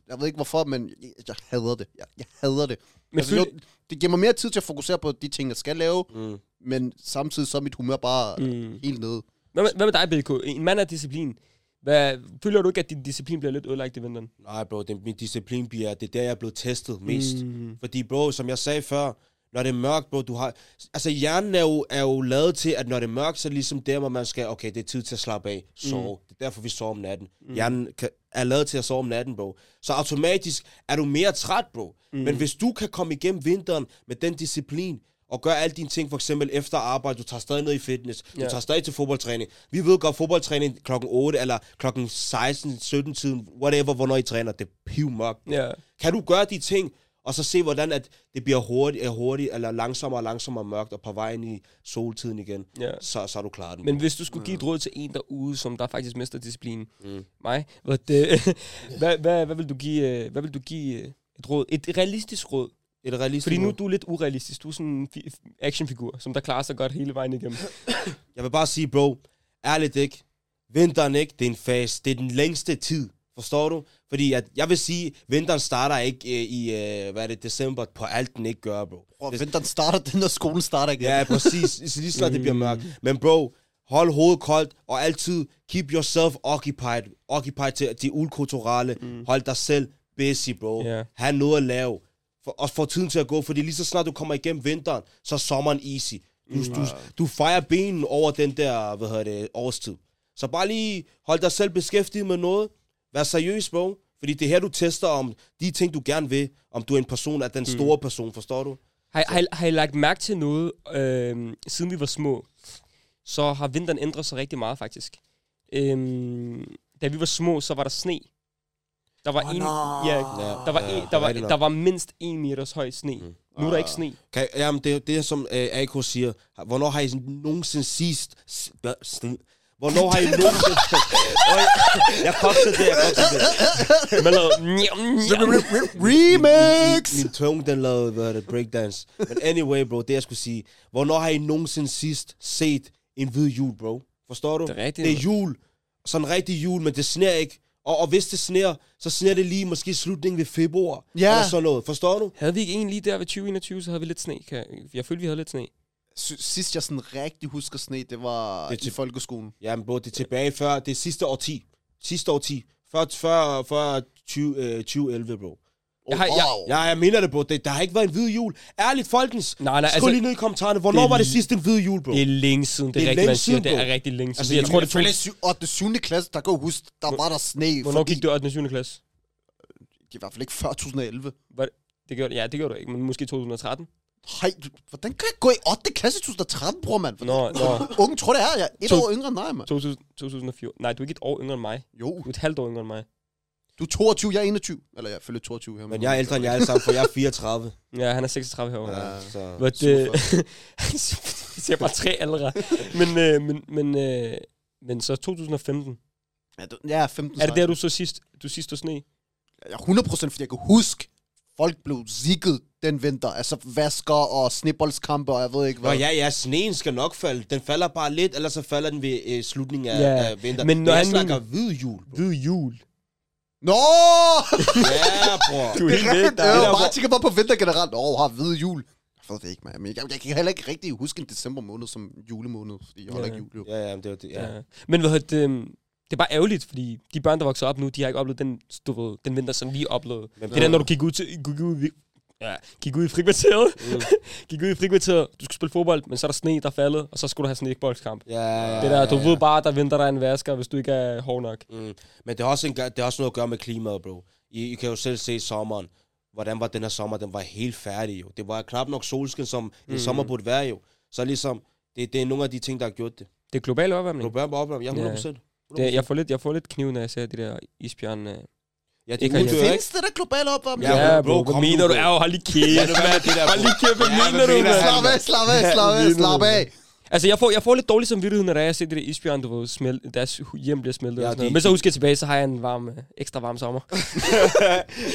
[SPEAKER 1] jeg ved ikke hvorfor, men jeg, jeg hader det. Jeg, jeg hader det.
[SPEAKER 3] Men
[SPEAKER 1] Men altså,
[SPEAKER 3] føl-
[SPEAKER 1] jo, det giver mig mere tid til at fokusere på de ting, jeg skal lave, mm. men samtidig så er mit humør bare mm. helt nede.
[SPEAKER 3] Hvad med, hvad med dig, BK? En mand af disciplin. Hvad, føler du ikke, at din disciplin bliver lidt ødelagt i vinteren?
[SPEAKER 4] Nej, bro, det, min disciplin bliver, det er der, jeg er blevet testet mest. Mm. Fordi, bro, som jeg sagde før, når det er mørkt, bro, du har... Altså, hjernen er jo, er jo lavet til, at når det er mørkt, så er det ligesom der, hvor man skal, okay, det er tid til at slappe af, sove. Mm. Det er derfor, vi sover om natten. Mm. Hjernen kan, er lavet til at sove om natten, bro. Så automatisk er du mere træt, bro. Mm. Men hvis du kan komme igennem vinteren med den disciplin, og gør alle dine ting, for eksempel efter arbejde, du tager stadig ned i fitness, du
[SPEAKER 3] Ja.
[SPEAKER 4] tager stadig til fodboldtræning. Vi ved godt, fodboldtræning klokken 8 eller klokken 16, 17 tiden, whatever, hvornår I træner, det er pivmørkt.
[SPEAKER 3] Ja.
[SPEAKER 4] Kan du gøre de ting, og så se, hvordan at det bliver hurtigt, hurtigt eller langsommere og langsommere mørkt, og på vej ind i soltiden igen,
[SPEAKER 3] Ja.
[SPEAKER 4] så, så er du klar den.
[SPEAKER 3] Men hvis du skulle give et råd til en derude, som der faktisk mister disciplinen, mm. mig, hvad, det, [LAUGHS] hvad, hvad, hvad, vil du give, øh, hvad vil du give øh, et råd? Et realistisk råd.
[SPEAKER 4] Et realistisk
[SPEAKER 3] Fordi nu
[SPEAKER 4] mål.
[SPEAKER 3] er du lidt urealistisk. Du er sådan en fi- actionfigur, som der klarer sig godt hele
[SPEAKER 4] [LAUGHS]
[SPEAKER 3] vejen igennem.
[SPEAKER 4] Jeg vil bare sige, bro, ærligt ikke, vinteren ikke, det er en fase, det er den længste tid, forstår du? Fordi at, jeg vil sige, vinteren starter ikke øh, i, øh, hvad er det, december, på alt den ikke gør, bro.
[SPEAKER 1] Prøv,
[SPEAKER 4] Hvis-
[SPEAKER 1] vinteren starter, den når skolen starter igen.
[SPEAKER 4] Ja, [LAUGHS] præcis, Så lige snart det bliver mørkt. Men bro, hold hovedet koldt, og altid keep yourself occupied, occupied til de ukulturelle, mm. hold dig selv busy, bro.
[SPEAKER 3] Ja.
[SPEAKER 4] Ha' noget at lave, for, og få tiden til at gå, fordi lige så snart du kommer igennem vinteren, så er sommeren easy. Du, mm. du, du fejrer benen over den der, hvad hedder det, årstid. Så bare lige hold dig selv beskæftiget med noget. Vær seriøs, bro. Fordi det er her, du tester om de ting, du gerne vil. Om du er en person, er den store person, forstår du?
[SPEAKER 3] Har, I- har, I- har I lagt mærke til noget, øh, siden vi var små? Så har vinteren ændret sig rigtig meget, faktisk. Øh, da vi var små, så var der sne. Der var, en, ja, der var,
[SPEAKER 4] Ja,
[SPEAKER 3] en,
[SPEAKER 4] det
[SPEAKER 3] der,
[SPEAKER 4] er
[SPEAKER 3] var,
[SPEAKER 4] rigtigt nok. Ah.
[SPEAKER 3] der var mindst en meters høj sne. Mm. Nu er der ikke sne.
[SPEAKER 4] Kan, jamen, det, det er som øh, AK siger. Hvornår har I sådan nogensinde sidst... s- hva- sn- Hvornår har I nogensinde... Øj, jeg kopser det, jeg kopser det.
[SPEAKER 3] Man lavede, njam, njam.
[SPEAKER 1] Remix!
[SPEAKER 4] Min tunge, den lavede, hvad er det, breakdance. Men anyway, bro, det jeg skulle sige. Hvornår har I nogensinde sidst set en hvid jul, bro? Forstår du?
[SPEAKER 3] Det er rigtigt.
[SPEAKER 4] Det er jul. Sådan rigtig jul, men det sner ikke. Og, og hvis det sner, så sner det lige måske i slutningen ved februar.
[SPEAKER 1] Ja.
[SPEAKER 4] Eller sådan noget. Forstår du?
[SPEAKER 3] Havde vi ikke en lige der ved 2021, så havde vi lidt sne. Kan jeg, jeg følte, vi havde lidt sne.
[SPEAKER 1] Sy- Sidst jeg sådan rigtig husker sne, det var
[SPEAKER 4] Det
[SPEAKER 1] det
[SPEAKER 4] er
[SPEAKER 1] i
[SPEAKER 4] til-
[SPEAKER 1] folkeskolen.
[SPEAKER 4] Jamen, bro, det er tilbage før, det er sidste årti. Sidste årti. Før, før, før 20, øh, 2011, bro.
[SPEAKER 3] Jeg har- jeg-
[SPEAKER 4] Ja, jeg mener det, bro. Det, der har ikke været en hvid jul. Ærligt, folkens.
[SPEAKER 3] Nej, nej,
[SPEAKER 4] Skål
[SPEAKER 3] altså-
[SPEAKER 4] lige ned i kommentarerne. Hvornår
[SPEAKER 3] Det
[SPEAKER 4] det,
[SPEAKER 3] er
[SPEAKER 4] var det
[SPEAKER 3] l-
[SPEAKER 4] sidste en hvid jul, bro?
[SPEAKER 3] Det er længe siden, det er,
[SPEAKER 4] Det er
[SPEAKER 3] rigtigt, man
[SPEAKER 4] længe
[SPEAKER 3] siger.
[SPEAKER 4] siden,
[SPEAKER 3] Det
[SPEAKER 4] bro.
[SPEAKER 3] er rigtig længe siden.
[SPEAKER 4] Altså,
[SPEAKER 3] Altså, jeg tror, det tog...
[SPEAKER 1] følger syv, og det 7. klasse, der kan jeg huske, der var der sne.
[SPEAKER 3] Hvornår
[SPEAKER 1] fordi-
[SPEAKER 3] gik du 8. 7. klasse?
[SPEAKER 1] Det er i hvert fald ikke før 2011.
[SPEAKER 3] Var, det gjorde, ja, det gjorde du ikke, men måske 2013.
[SPEAKER 1] Hej, du, hvordan kan jeg gå i 8. klasse i 2013, bror, mand?
[SPEAKER 3] Nå, nå.
[SPEAKER 1] [LAUGHS] Unge tror det er, jeg er et
[SPEAKER 3] To-
[SPEAKER 1] år yngre end dig, mand.
[SPEAKER 3] 2000, 2004. Nej, du er ikke et år yngre end mig.
[SPEAKER 1] Jo,
[SPEAKER 3] Du er et halvt år yngre end mig.
[SPEAKER 1] du er 22, jeg er 21. Eller jeg er følge 22 her.
[SPEAKER 4] Men jeg er ældre end jer alle sammen, for jeg er 34.
[SPEAKER 3] Ja, han er 36 herovre. [LAUGHS] Ja.
[SPEAKER 1] Ja.
[SPEAKER 4] Så.
[SPEAKER 3] But, øh, jeg [LAUGHS] ser bare tre aldre. Men, øh, men, men, øh, men så 2015.
[SPEAKER 1] Ja, du, jeg er 15
[SPEAKER 3] Er det der, du så sidst, du sidst så sne?
[SPEAKER 1] Jeg er 100% fordi jeg kan huske, folk blev zigget den vinter. Altså vasker og sneboldskampe og jeg ved ikke
[SPEAKER 4] Nå
[SPEAKER 1] hvad.
[SPEAKER 4] ja, ja, sneen skal nok falde. Den falder bare lidt, ellers så falder den ved øh, slutningen af,
[SPEAKER 3] Ja,
[SPEAKER 4] yeah. af vinteren.
[SPEAKER 3] men når
[SPEAKER 4] jeg
[SPEAKER 3] han
[SPEAKER 4] snakker
[SPEAKER 3] mener-
[SPEAKER 4] hvid
[SPEAKER 3] [LAUGHS]
[SPEAKER 4] jul, bro.
[SPEAKER 3] Hvid jul.
[SPEAKER 1] Nå! [LAUGHS]
[SPEAKER 4] ja, bror.
[SPEAKER 3] Du er helt
[SPEAKER 1] Det
[SPEAKER 4] [LAUGHS]
[SPEAKER 1] er
[SPEAKER 3] væk, der.
[SPEAKER 4] der,
[SPEAKER 1] jo
[SPEAKER 4] hvor-
[SPEAKER 1] bare tænker bare på vinter generelt. Åh, oh, har hvide jul. Jeg ved det ikke, man. Men jeg, jeg kan heller ikke rigtig huske en december måned som julemåned, fordi jeg holder
[SPEAKER 3] Ja.
[SPEAKER 1] ikke jul. Jo.
[SPEAKER 4] Ja, ja, men det var det. Ja.
[SPEAKER 3] Ja. Men hvad hedder det, øhm, det er bare ærgerligt, fordi de børn, der vokser op nu, de har ikke oplevet den, du ved, den vinter, som vi oplevede.
[SPEAKER 4] Men-
[SPEAKER 3] det er der, når du gik ud, til, gik ud, i- ja, gik ud i frikvarteret, mm. gik ud i frikvarteret, du skulle spille fodbold, men så er der sne, der er faldet, og så skulle du have sådan en boldkamp.
[SPEAKER 4] Ja, ja, ja,
[SPEAKER 3] Det der, du
[SPEAKER 4] Ah, ja,
[SPEAKER 3] ved bare, der venter dig en vasker, hvis du ikke er hård nok.
[SPEAKER 4] Mm. Men det har, også en, gør- det har også noget at gøre med klimaet, bro. I, I kan jo selv se sommeren. Hvordan var den her sommer? Den var helt færdig jo. Det var knap nok solskin, som mm. en sommer burde være jo. Så ligesom, det, det er nogle af de ting, der har gjort det.
[SPEAKER 3] Det er global opvarmning.
[SPEAKER 4] Global opvarmning, ja, 100%.
[SPEAKER 3] Ja.
[SPEAKER 4] Yeah.
[SPEAKER 3] Det, jeg, får lidt, jeg får lidt kniv, når jeg ser de der isbjørn. Øh.
[SPEAKER 4] Ja, det
[SPEAKER 3] Ikke
[SPEAKER 4] er
[SPEAKER 1] Men
[SPEAKER 3] rigtig.
[SPEAKER 4] uddør, ikke?
[SPEAKER 1] findes det der globale opvarmning?
[SPEAKER 4] Ja,
[SPEAKER 1] Ja.
[SPEAKER 4] bro, kom
[SPEAKER 3] hvad
[SPEAKER 4] nu,
[SPEAKER 3] mener du?
[SPEAKER 4] bro.
[SPEAKER 3] Ja, hold lige
[SPEAKER 4] [LAUGHS]
[SPEAKER 3] kæft,
[SPEAKER 4] hvad er
[SPEAKER 3] mand.
[SPEAKER 4] det der,
[SPEAKER 3] Hold lige kæft, hvad
[SPEAKER 4] Ja, hvad
[SPEAKER 3] mener du,
[SPEAKER 4] mener
[SPEAKER 3] mand?
[SPEAKER 4] han?
[SPEAKER 1] Slap af, slap af, slap af, slap af.
[SPEAKER 3] Altså, jeg får, jeg får lidt dårlig samvittighed, når det er, jeg ser det der isbjørn, du ved, smelt, deres hu- hjem bliver smeltet.
[SPEAKER 4] Ja,
[SPEAKER 3] Ja, og sådan noget.
[SPEAKER 4] de-
[SPEAKER 3] Men så husker jeg tilbage, så har jeg en varm, øh, ekstra varm sommer.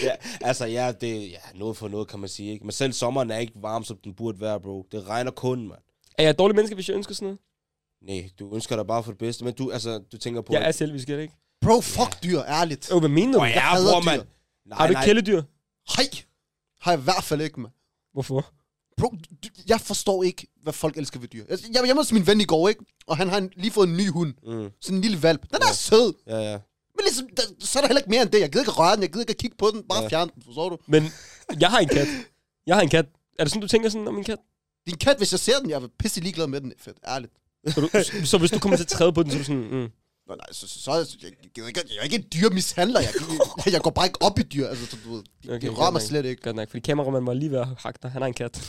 [SPEAKER 4] ja, altså, ja, det ja, noget for noget, kan man sige. Ikke? Men selv sommeren er ikke varm, som den burde være, bro. Det regner kun, mand.
[SPEAKER 3] er jeg et dårligt menneske, hvis jeg ønsker sådan noget?
[SPEAKER 4] Nej, du ønsker dig bare for det bedste, men du, altså, du tænker på...
[SPEAKER 3] Jeg er selvisk, er det ikke?
[SPEAKER 1] Bro, fuck dyr, ærligt.
[SPEAKER 3] Åh, hvad mener du?
[SPEAKER 4] Åh, ja,
[SPEAKER 1] hader
[SPEAKER 4] bror,
[SPEAKER 1] dyr.
[SPEAKER 4] mand. Nej,
[SPEAKER 3] Har du ikke
[SPEAKER 4] nej.
[SPEAKER 3] kæledyr?
[SPEAKER 1] Hej! Har jeg i hvert fald ikke, man.
[SPEAKER 3] Hvorfor?
[SPEAKER 1] Bro, d- jeg forstår ikke, hvad folk elsker ved dyr. Jeg, jeg var hjemme hos min ven i går, ikke? Og han har en, lige fået en ny hund.
[SPEAKER 4] Mm.
[SPEAKER 1] Sådan en lille valp. Den er sød.
[SPEAKER 4] Ja, ja. [LAUGHS]
[SPEAKER 1] Men ligesom, der, så er der heller ikke mere end det. Jeg gider ikke røre den, jeg gider ikke at kigge på den. Bare
[SPEAKER 4] Ja.
[SPEAKER 1] fjerne den, forstår du?
[SPEAKER 3] Men jeg har en kat. Jeg har en kat. Er det sådan, du tænker sådan om en kat?
[SPEAKER 1] Din kat, hvis jeg ser den, jeg er pisse ligeglad med den. Fedt, ærligt.
[SPEAKER 3] Så, du, så hvis du kommer til at træde på den, så er du sådan, mm,
[SPEAKER 1] Nå, nej, så, så, så jeg, jeg, gider ikke, jeg er ikke en dyrmishandler. Jeg, jeg, jeg går bare ikke op i dyr. Altså, så du, ved, de, okay, de rører
[SPEAKER 3] godt
[SPEAKER 1] mig
[SPEAKER 3] nok.
[SPEAKER 1] slet ikke.
[SPEAKER 3] Godt nok, fordi kameramanden var lige ved at hakke dig. Han har en kat.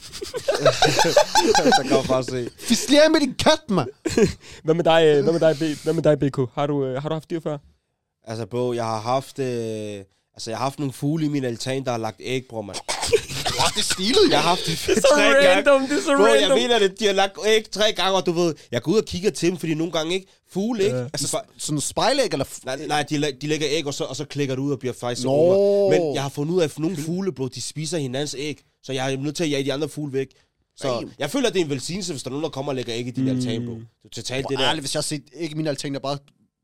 [SPEAKER 4] der kan man bare se.
[SPEAKER 1] Fisler med din kat, mand!
[SPEAKER 3] Hvad med dig, øh, hvad med dig, B, hvad med dig BK? Har du, øh, har du haft dyr før?
[SPEAKER 4] Altså, bro, jeg har haft... Øh, altså, jeg har haft nogle fugle i min altan, der har lagt æg, bror, mand.
[SPEAKER 1] Åh, det er stilet,
[SPEAKER 4] Jeg
[SPEAKER 1] ja.
[SPEAKER 4] har haft det
[SPEAKER 3] Det er
[SPEAKER 1] [LAUGHS]
[SPEAKER 3] så
[SPEAKER 4] tre
[SPEAKER 3] random,
[SPEAKER 4] gange.
[SPEAKER 3] det er så
[SPEAKER 4] Bro, jeg
[SPEAKER 3] random.
[SPEAKER 4] mener det, de har lagt æg tre gange, og du ved, jeg går ud og kigger til dem, fordi nogle gange ikke, fugle, ikke?
[SPEAKER 3] Ja.
[SPEAKER 4] Ja. Altså, fa-
[SPEAKER 1] Sådan en spejlæg, eller... f-
[SPEAKER 4] nej, nej de, læ- de lægger æg, og så, og så klikker det ud og bliver faktisk så
[SPEAKER 1] Nå.
[SPEAKER 4] unger. Men jeg har fundet ud af, at nogle fugle, bro, de spiser hinandens æg, så jeg er nødt til at jage de andre fugle væk. Så
[SPEAKER 1] Damn.
[SPEAKER 4] jeg føler, at det er en velsignelse, hvis der er nogen, der kommer og lægger æg i din mm. altan, bro. Du tager totalt det
[SPEAKER 1] Hvor
[SPEAKER 4] der.
[SPEAKER 1] ærligt, hvis jeg har set ikke mine alting, der bare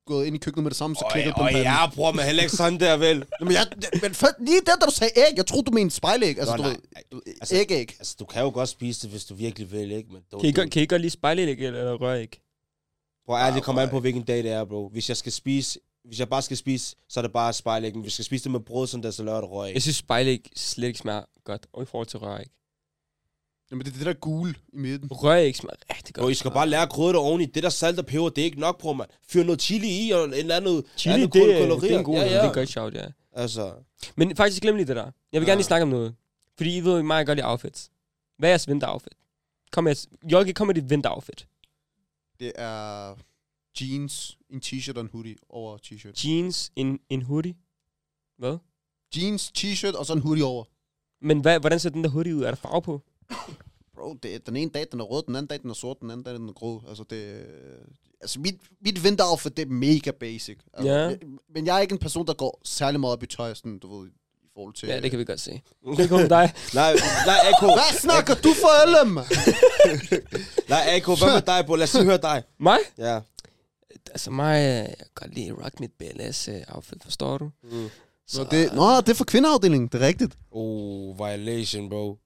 [SPEAKER 1] gået ind i køkkenet med det samme, så klikker på Altså,
[SPEAKER 4] Og
[SPEAKER 1] den pande.
[SPEAKER 4] ja, bror, men heller ikke sådan der, vel?
[SPEAKER 1] Men, jeg, men for, lige den, der du sagde æg, jeg troede, du mente spejlæg. Altså,
[SPEAKER 4] Nå,
[SPEAKER 1] Nå, du
[SPEAKER 4] nej.
[SPEAKER 1] ved, du-
[SPEAKER 4] Altså-
[SPEAKER 1] æg, æg.
[SPEAKER 4] Altså, du kan jo godt spise det, hvis du virkelig vil, ikke? Men don't
[SPEAKER 3] Kan I,
[SPEAKER 4] do
[SPEAKER 3] godt- kan I godt lige spejle æg eller røre æg?
[SPEAKER 4] Prøv at
[SPEAKER 1] Ah,
[SPEAKER 4] ærligt, kom an på, hvilken dag det er, bro. Hvis jeg skal spise, hvis jeg bare skal spise, så er det bare spejlæg. Men hvis jeg skal spise det med brød, sådan der, så laver det røg.
[SPEAKER 3] Jeg synes, spejlæg slet ikke smager godt. Og i forhold til røræg.
[SPEAKER 1] Jamen, det er det der gule i midten.
[SPEAKER 3] Røræg smager rigtig godt.
[SPEAKER 4] Bro, I skal bare lære krydret oveni. Det der salt og peber, det er ikke nok, bror, mand. Fyr noget chili i, og en eller anden...
[SPEAKER 3] Chili,
[SPEAKER 4] andet
[SPEAKER 3] det,
[SPEAKER 4] kål-
[SPEAKER 3] er- det er
[SPEAKER 4] kalorier.
[SPEAKER 3] en god,
[SPEAKER 4] ja, ja.
[SPEAKER 3] det er et godt shout, ja.
[SPEAKER 4] Altså,
[SPEAKER 3] Men faktisk glem lige det der. Jeg vil gerne
[SPEAKER 4] Ja.
[SPEAKER 3] lige snakke om noget. Fordi I ved jo meget godt i outfits. Hvad er jeres vinteroutfit? Kom med, jeres- Jolke, kom med dit vinteroutfit.
[SPEAKER 1] Det er jeans, en t-shirt og en hoodie over t-shirt.
[SPEAKER 3] Jeans, en, en hoodie. Hvad?
[SPEAKER 1] Jeans, t-shirt og så en hoodie over.
[SPEAKER 3] Men hvad, hvordan ser den der hoodie ud? Er der farve på?
[SPEAKER 1] Bro, det, er- den ene dag, den er rød, den anden dag, den er sort, den anden dag, den er grå. Altså, det, altså mit, mit vinteroutfit, det er mega basic. Altså,
[SPEAKER 3] Ja.
[SPEAKER 1] men- Men jeg er ikke en person, der går særlig meget op i tøj, sådan, du ved, i forhold til...
[SPEAKER 3] Ja, det kan vi godt se. Det kommer dig.
[SPEAKER 4] nej, nej, AK.
[SPEAKER 1] Hvad snakker du for, Ellen?
[SPEAKER 3] [LAUGHS]
[SPEAKER 4] Nej, AK, hvad med dig, bro? Lad os lige høre dig.
[SPEAKER 3] Mig?
[SPEAKER 4] Ja.
[SPEAKER 3] [LAUGHS] Altså mig, øh, jeg kan godt lide rock mit BLS øh, outfit, forstår du?
[SPEAKER 4] Mm.
[SPEAKER 1] Nå, det, nå, det er for kvindeafdelingen, det er rigtigt.
[SPEAKER 4] Oh, violation, bro.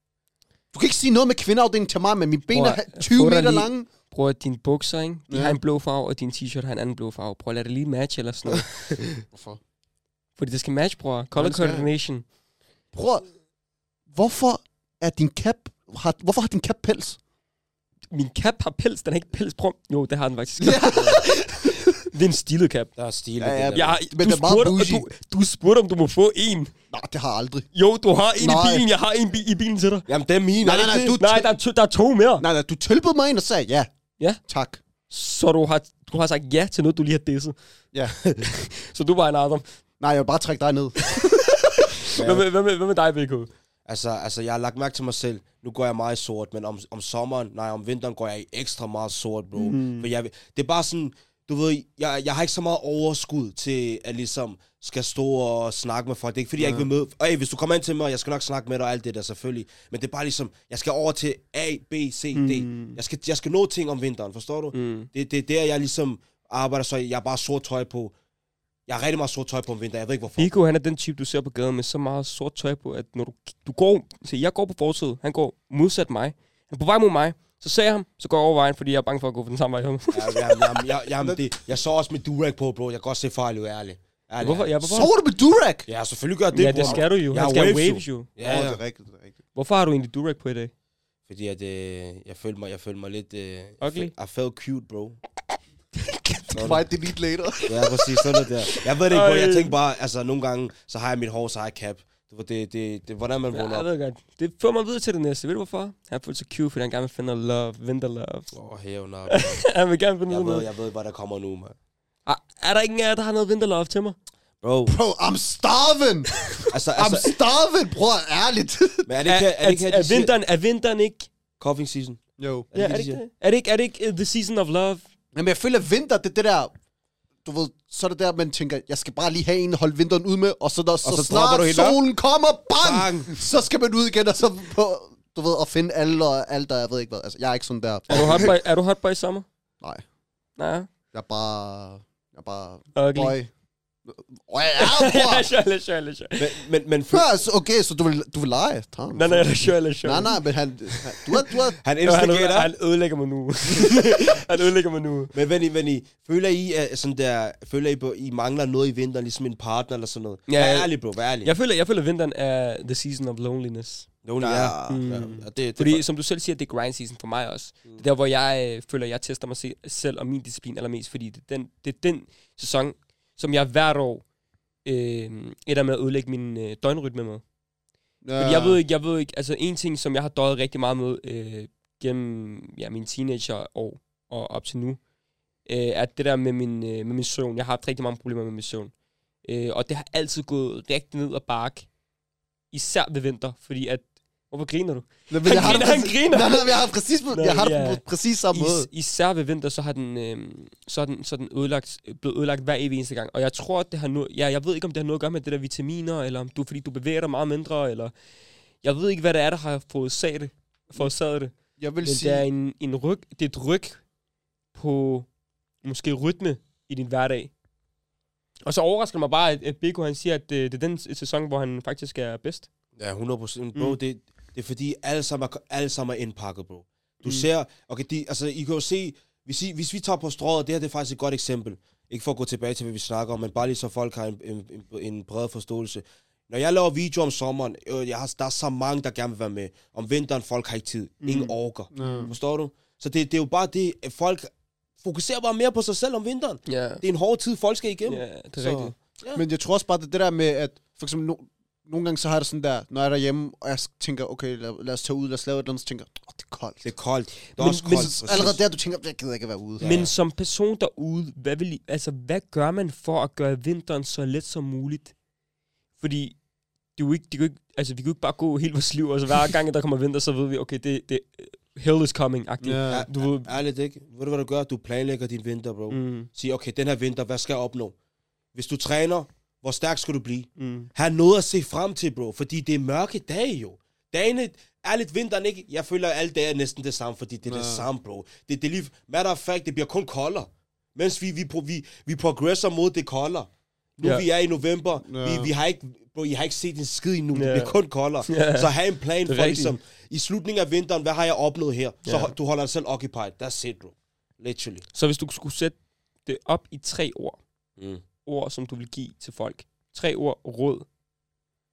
[SPEAKER 1] Du kan ikke sige noget med kvindeafdelingen til mig, men mine ben
[SPEAKER 3] Bror,
[SPEAKER 1] er
[SPEAKER 3] jeg
[SPEAKER 1] 20
[SPEAKER 3] får dig
[SPEAKER 1] meter
[SPEAKER 3] lige-
[SPEAKER 1] lange.
[SPEAKER 3] Prøv at dine bukser, ikke? De
[SPEAKER 1] Ja.
[SPEAKER 3] har en blå farve, og din t-shirt har en anden blå farve. Prøv at lade det lige matche eller
[SPEAKER 1] [LAUGHS]
[SPEAKER 3] sådan noget.
[SPEAKER 1] Hvorfor?
[SPEAKER 3] Fordi det skal matche, bror. Color
[SPEAKER 1] det skal.
[SPEAKER 3] coordination.
[SPEAKER 1] Bror, hvorfor er din cap... Har, hvorfor har din cap
[SPEAKER 3] [LAUGHS]
[SPEAKER 1] pels?
[SPEAKER 3] Min cap har pels. Den har ikke pels, bror. Jo, det har den faktisk.
[SPEAKER 1] Ja.
[SPEAKER 3] det er en stilet cap.
[SPEAKER 4] Der er stil.
[SPEAKER 1] Ja, ja,
[SPEAKER 3] Jeg, har,
[SPEAKER 1] Men
[SPEAKER 3] du,
[SPEAKER 1] den er meget
[SPEAKER 3] spurgte, og
[SPEAKER 1] bougie.
[SPEAKER 3] du, du spurgte, om du må få en.
[SPEAKER 1] Nej, det har jeg aldrig.
[SPEAKER 3] Jo, du har en
[SPEAKER 1] Nej.
[SPEAKER 3] i bilen. Jeg har en bi- i bilen til dig.
[SPEAKER 4] Jamen, det er mine.
[SPEAKER 1] Nej,
[SPEAKER 4] er det
[SPEAKER 1] nej, nej,
[SPEAKER 4] ikke
[SPEAKER 1] du,
[SPEAKER 4] det?
[SPEAKER 3] Nej, der er, to, der er to mere.
[SPEAKER 1] nej, nej, du tilbød mig en og sagde ja.
[SPEAKER 3] Ja.
[SPEAKER 1] Tak.
[SPEAKER 3] Så du har, du har sagt ja til noget, du lige har disset.
[SPEAKER 1] Ja. [LAUGHS]
[SPEAKER 3] Så du var en Adam.
[SPEAKER 1] Nej, jeg vil bare trække dig ned.
[SPEAKER 3] Hvad med, hvad med, hvad med dig, VK?
[SPEAKER 4] Altså, altså, jeg har lagt mærke til mig selv. Nu går jeg meget i sort, men om, om sommeren, nej, om vinteren går jeg i ekstra meget sort, bro. Mm. For jeg, vil- det er bare sådan, du ved, jeg, jeg har ikke så meget overskud til at ligesom skal stå og snakke med folk. Det er ikke, fordi ja. jeg ikke vil møde... Ej, hvis du kommer ind til mig, jeg skal nok snakke med dig og alt det der, selvfølgelig. Men det er bare ligesom, jeg skal over til A, B, C, D. Jeg skal, jeg skal nå ting om vinteren, forstår du? Mm. Det, det er der, jeg ligesom arbejder, så jeg har bare sort tøj på. Jeg har rigtig meget sort tøj på om vinteren, jeg ved ikke hvorfor.
[SPEAKER 3] VK, han er den type, du ser på gaden med så meget sort tøj på, at når du, du går... Se, jeg går på forsøget. Han går modsat mig. Han er på vej mod mig. Så ser jeg ham, så går jeg over vejen, fordi jeg er bange for at gå på den samme vej hjem.
[SPEAKER 4] Jamen, jamen, jamen, jeg, jamen, det, jeg så også med Durek på, bro. Jeg kan godt se farlig ud, ærligt. ærligt.
[SPEAKER 3] Hvorfor? Ja, hvorfor?
[SPEAKER 1] Så du med durag?
[SPEAKER 4] Ja, selvfølgelig gør jeg det,
[SPEAKER 3] ja, det
[SPEAKER 4] bror.
[SPEAKER 3] skal du jo.
[SPEAKER 4] Jeg
[SPEAKER 3] Han
[SPEAKER 4] er
[SPEAKER 3] skal
[SPEAKER 4] waves,
[SPEAKER 3] waves jo.
[SPEAKER 1] Åh,
[SPEAKER 4] Ja, ja.
[SPEAKER 1] det er rigtigt, det er rigtigt.
[SPEAKER 3] Hvorfor har du egentlig durag på i dag?
[SPEAKER 4] Fordi at, øh, jeg, følte mig, jeg følte mig lidt... Øh,
[SPEAKER 3] Ugly?
[SPEAKER 4] I felt cute, bro.
[SPEAKER 1] Fight delete later.
[SPEAKER 4] Ja, præcis. Sådan noget der. Jeg ved det ikke, bro. Jeg
[SPEAKER 3] Ej.
[SPEAKER 4] tænker bare, altså nogle gange, så har jeg mit hår, så har jeg cap. Det, var det, det, det hvordan man
[SPEAKER 3] Ja,
[SPEAKER 4] vågner
[SPEAKER 3] jeg
[SPEAKER 4] op.
[SPEAKER 3] ved godt. Det fører mig videre til det næste. Ved du hvorfor? Han følte sig cute, fordi han gerne vil finde noget love, vinterlove.
[SPEAKER 4] Åh, oh, hævn op.
[SPEAKER 3] [LAUGHS] han vil gerne finde
[SPEAKER 4] Jeg
[SPEAKER 3] sådan
[SPEAKER 4] ved,
[SPEAKER 3] noget.
[SPEAKER 4] jeg ved, hvad der kommer nu, mand.
[SPEAKER 3] Er, er der ingen af jer, der har noget vinterlove til mig?
[SPEAKER 4] Bro,
[SPEAKER 1] Bro, I'm starving!
[SPEAKER 4] altså,
[SPEAKER 1] I'm
[SPEAKER 4] altså,
[SPEAKER 1] starving, bror, ærligt.
[SPEAKER 4] men er det
[SPEAKER 3] Er,
[SPEAKER 4] ikke, her- er
[SPEAKER 3] er,
[SPEAKER 4] det ikke, her,
[SPEAKER 3] er,
[SPEAKER 4] de
[SPEAKER 3] er,
[SPEAKER 4] siger,
[SPEAKER 3] vinteren, er vinteren ikke...
[SPEAKER 4] coughing season?
[SPEAKER 1] [LAUGHS] Jo.
[SPEAKER 3] Ja, er det ikke det? Er det ikke, er det ikke uh, the season of love?
[SPEAKER 1] Jamen, jeg føler, at vinter, det er det der... Du ved, så er det der, man tænker, jeg skal bare lige have en at holde vinteren ud med, og så, når, og så,
[SPEAKER 4] så
[SPEAKER 1] så
[SPEAKER 4] dropper
[SPEAKER 1] snart
[SPEAKER 4] du helt op.
[SPEAKER 1] solen kommer, bang,
[SPEAKER 4] Bang.
[SPEAKER 1] bang, så skal man ud igen, og så på, du ved, at finde alle og alt, og jeg ved ikke hvad. Altså, jeg er ikke sådan der,
[SPEAKER 3] Er du hotboy, er du hotboy i sommer?
[SPEAKER 1] nej,
[SPEAKER 3] Nej.
[SPEAKER 1] jeg er bare, jeg er bare
[SPEAKER 3] [LAUGHS] Ugly.
[SPEAKER 1] boy. Åh, ja,
[SPEAKER 3] [LAUGHS]
[SPEAKER 1] bror.
[SPEAKER 3] Sure, let's sure, let's sure.
[SPEAKER 4] Men, men, men fly-
[SPEAKER 1] Før, så- okay, så du vil, du vil lege, Tom.
[SPEAKER 3] Nej, nej, let's sure, let's sure.
[SPEAKER 1] Nej, nej, men han... han- Du har... Du har
[SPEAKER 4] han
[SPEAKER 3] Jo, han,
[SPEAKER 4] instigator.
[SPEAKER 3] han ødelægger mig nu. [LAUGHS] han ødelægger mig nu.
[SPEAKER 4] Men vent I, vent I, føler I, at sådan der, føler I, på, I mangler noget i vinteren, ligesom en partner eller sådan noget?
[SPEAKER 3] Ja.
[SPEAKER 4] Ja, vær ærlig, bro, vær ærlig.
[SPEAKER 3] Jeg føler, jeg føler, at vinteren er the season of loneliness.
[SPEAKER 4] Jo, det
[SPEAKER 1] Ja.
[SPEAKER 4] er. Ja,
[SPEAKER 3] Mm.
[SPEAKER 4] og det, det,
[SPEAKER 3] Fordi,
[SPEAKER 4] er
[SPEAKER 3] som du selv siger, det er grind season for mig også. Det er der, hvor jeg øh, føler, jeg tester mig se- selv og min disciplin allermest, fordi det er den, det er den sæson, som jeg hvert år øh, ender med at ødelægge min øh, døgnrytme med. Ja. Fordi jeg ved ikke, jeg ved ikke, altså en ting, som jeg har døjet rigtig meget med øh, gennem ja, mine teenageår og op til nu, øh, er det der med min, øh, med min søvn. Jeg har haft rigtig mange problemer med min søvn. Øh, og det har altid gået rigtig ned og bark, især ved vinter, fordi at, hvorfor griner du?
[SPEAKER 1] Men
[SPEAKER 3] Han
[SPEAKER 1] jeg har det
[SPEAKER 3] griner, han
[SPEAKER 1] præcis-
[SPEAKER 3] griner.
[SPEAKER 1] Nej, nej, men jeg har præcis, på-
[SPEAKER 3] Nå,
[SPEAKER 1] jeg har det
[SPEAKER 3] ja.
[SPEAKER 1] på præcis samme måde.
[SPEAKER 3] Is, især ved vinter, så har den, øh, så er den, så er den ødelagt, blevet ødelagt hver evig eneste gang. Og jeg tror, at det har noget, ja, jeg ved ikke, om det har noget at gøre med det der vitaminer, eller om du, fordi du bevæger dig meget mindre, eller jeg ved ikke, hvad det er, der har forårsaget det. Forårsaget det.
[SPEAKER 1] Jeg vil
[SPEAKER 3] Men det er,
[SPEAKER 1] sige...
[SPEAKER 3] en, en ryg, det er et ryg på måske rytme i din hverdag. Og så overrasker det mig bare, at, at Beko han siger, at øh, det er den s- sæson, hvor han faktisk er bedst.
[SPEAKER 4] Ja, 100 procent. Bro,
[SPEAKER 3] Mm.
[SPEAKER 4] mm. det, det er fordi, alle sammen er, alle sammen er indpakket, bro. Du
[SPEAKER 3] Mm.
[SPEAKER 4] mm. ser, okay, de, altså, I kan jo se, hvis, I, hvis vi tager på strået, det her det er faktisk et godt eksempel. Ikke for at gå tilbage til, hvad vi snakker om, men bare lige så folk har en, en, en, en bred forståelse. Når jeg laver video om sommeren, øh, jeg har, der er så mange, der gerne vil være med. Om vinteren, folk har ikke tid. Ingen
[SPEAKER 3] Mm.
[SPEAKER 4] orker.
[SPEAKER 1] Mm.
[SPEAKER 4] Forstår du? Så det, det er jo bare det, at folk fokuserer bare mere på sig selv om vinteren.
[SPEAKER 3] Ja,
[SPEAKER 4] Det er en hård tid, folk skal igennem.
[SPEAKER 3] ja det er
[SPEAKER 4] Så-
[SPEAKER 3] rigtigt.
[SPEAKER 1] Men jeg tror også bare, det er det der med, at for eksempel no, nogle gange så har jeg det sådan der, når jeg er derhjemme, og jeg tænker, okay, lad, lad os tage ud, lad os lave et eller andet, så tænker jeg, åh, det er koldt.
[SPEAKER 4] Det er koldt. Det er
[SPEAKER 3] Men-
[SPEAKER 4] også
[SPEAKER 3] men-
[SPEAKER 4] koldt. præcis.
[SPEAKER 1] Allerede der, du tænker, jeg gider ikke at være ude.
[SPEAKER 3] Men som person derude, hvad, vil I, altså, hvad gør man for at gøre vinteren så let som muligt? Fordi det er jo ikke, det er jo ikke, altså, vi kan jo ikke bare gå hele vores liv, og så hver gang, der kommer vinter, så ved vi, okay, det, det, hell is coming-agtigt.
[SPEAKER 1] Ja.
[SPEAKER 4] Ja,
[SPEAKER 3] Du
[SPEAKER 4] du
[SPEAKER 3] ved-
[SPEAKER 4] ved... Ærligt ikke? Ved du, hvad du gør? Du planlægger din vinter, bro. Mm.
[SPEAKER 3] Mm,
[SPEAKER 4] Sig, okay, den her vinter, hvad skal jeg opnå? Hvis du træner, hvor stærk skal du blive?
[SPEAKER 3] mm.
[SPEAKER 4] Har noget at se frem til, bro. Fordi det er mørke dage, jo. Dagene, ærligt, vinteren ikke... Jeg føler, at alle dage er næsten det samme, fordi det er det
[SPEAKER 1] Nå.
[SPEAKER 4] samme, bro. Det, det er lige... Matter of fact, det bliver kun koldere. Mens vi, vi, pro- vi, vi progresser mod det koldere. Nu
[SPEAKER 3] Ja.
[SPEAKER 4] vi er i november,
[SPEAKER 1] Ja.
[SPEAKER 4] vi, vi har ikke, bro, I har ikke set en skid endnu,
[SPEAKER 3] Ja.
[SPEAKER 4] det bliver kun koldere.
[SPEAKER 3] Ja.
[SPEAKER 4] Så have en plan
[SPEAKER 3] Det er
[SPEAKER 4] for
[SPEAKER 3] rigtigt.
[SPEAKER 4] ligesom, i slutningen af vinteren, hvad har jeg opnået her? Så
[SPEAKER 3] Ja.
[SPEAKER 4] ho- du holder dig selv occupied, that's it, bro. Literally.
[SPEAKER 3] Så hvis du skulle sætte det op i tre ord,
[SPEAKER 4] Mm.
[SPEAKER 3] ord, som du vil give til folk, tre ord råd,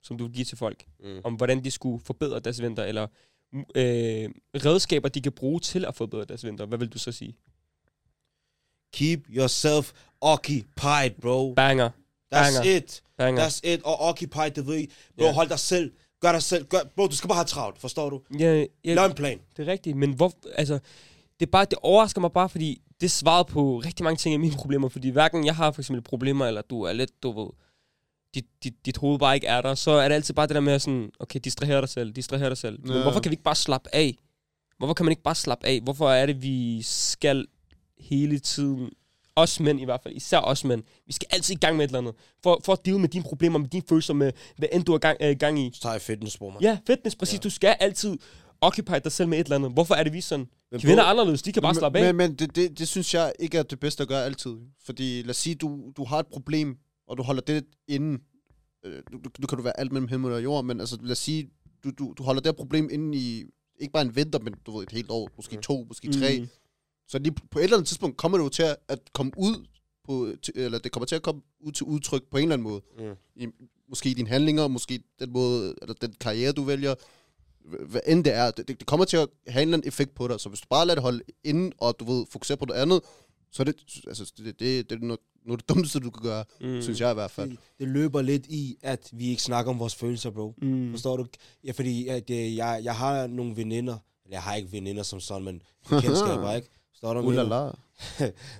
[SPEAKER 3] som du vil give til folk,
[SPEAKER 4] Mm.
[SPEAKER 3] om hvordan de skulle forbedre deres vinter, eller mm, øh, redskaber, de kan bruge til at forbedre deres vinter, hvad vil du så sige?
[SPEAKER 4] Keep yourself occupied, bro.
[SPEAKER 3] Banger.
[SPEAKER 4] That's
[SPEAKER 3] banger.
[SPEAKER 4] it.
[SPEAKER 3] Banger.
[SPEAKER 4] That's it. Og occupied, det ved I. Bro,
[SPEAKER 3] Ja.
[SPEAKER 4] hold dig selv. Gør dig selv. Gør, bro, du skal bare have travlt, forstår du?
[SPEAKER 3] Ja, ja,
[SPEAKER 4] Lav en plan.
[SPEAKER 3] det er rigtigt, men hvor, altså, det, er bare, det overrasker mig bare, fordi det svarede på rigtig mange ting af mine [LAUGHS] problemer, fordi hverken jeg har for eksempel problemer, eller du er lidt, du ved, dit, dit, dit hoved bare ikke er der, så er det altid bare det der med sådan, okay, distraher dig selv, distraher dig selv. Men
[SPEAKER 1] Ja.
[SPEAKER 3] hvorfor kan vi ikke bare slappe af? Hvorfor kan man ikke bare slappe af? Hvorfor er det, vi skal hele tiden, os mænd i hvert fald, især os mænd, vi skal altid i gang med et eller andet, for, for at deal med dine problemer, med dine følelser, med hvad end du er gang, øh, gang i.
[SPEAKER 4] Så tager jeg fitness, bro, man.
[SPEAKER 3] Ja, fitness, præcis. Ja. Du skal altid occupy dig selv med et eller andet. Hvorfor er det vi sådan?
[SPEAKER 4] Men
[SPEAKER 3] Kvinder er
[SPEAKER 4] bro,
[SPEAKER 3] anderledes, de kan bare slappe af.
[SPEAKER 1] Men, men det, det, det synes jeg ikke er det bedste at gøre altid. Fordi lad os sige, du, du har et problem, og du holder det inden. Øh, nu, nu- nu kan du være alt mellem himmel og jord, men altså, lad os sige, du, du, du holder det her problem inden i, ikke bare en vinter, men du ved, et helt år, måske
[SPEAKER 4] Mm.
[SPEAKER 1] to, måske tre.
[SPEAKER 3] Mm.
[SPEAKER 1] Så lige på et eller andet tidspunkt kommer det jo til at- at komme ud på, til- eller det kommer til at komme ud til udtryk på en eller anden måde.
[SPEAKER 4] Mm.
[SPEAKER 1] I, måske i dine handlinger, måske den måde, eller den karriere, du vælger, Hva- hvad end det er. Det, det det kommer til at have en eller anden effekt på dig, så hvis du bare lader det holde inden, og du ved, fokuserer på noget andet, så er det, altså, det, det, det er noget, noget af det dummeste, du kan gøre, mm. synes jeg i hvert fald.
[SPEAKER 4] det, det løber lidt i, at vi ikke snakker om vores følelser, bro.
[SPEAKER 3] Mm.
[SPEAKER 4] Forstår du? Ja, fordi at, øh, jeg, jeg har nogle veninder. Eller jeg har ikke veninder som sådan,
[SPEAKER 3] [LAUGHS]
[SPEAKER 4] men kendskaber, ikke? Forstår du? hvad jeg mener?
[SPEAKER 1] Ulala.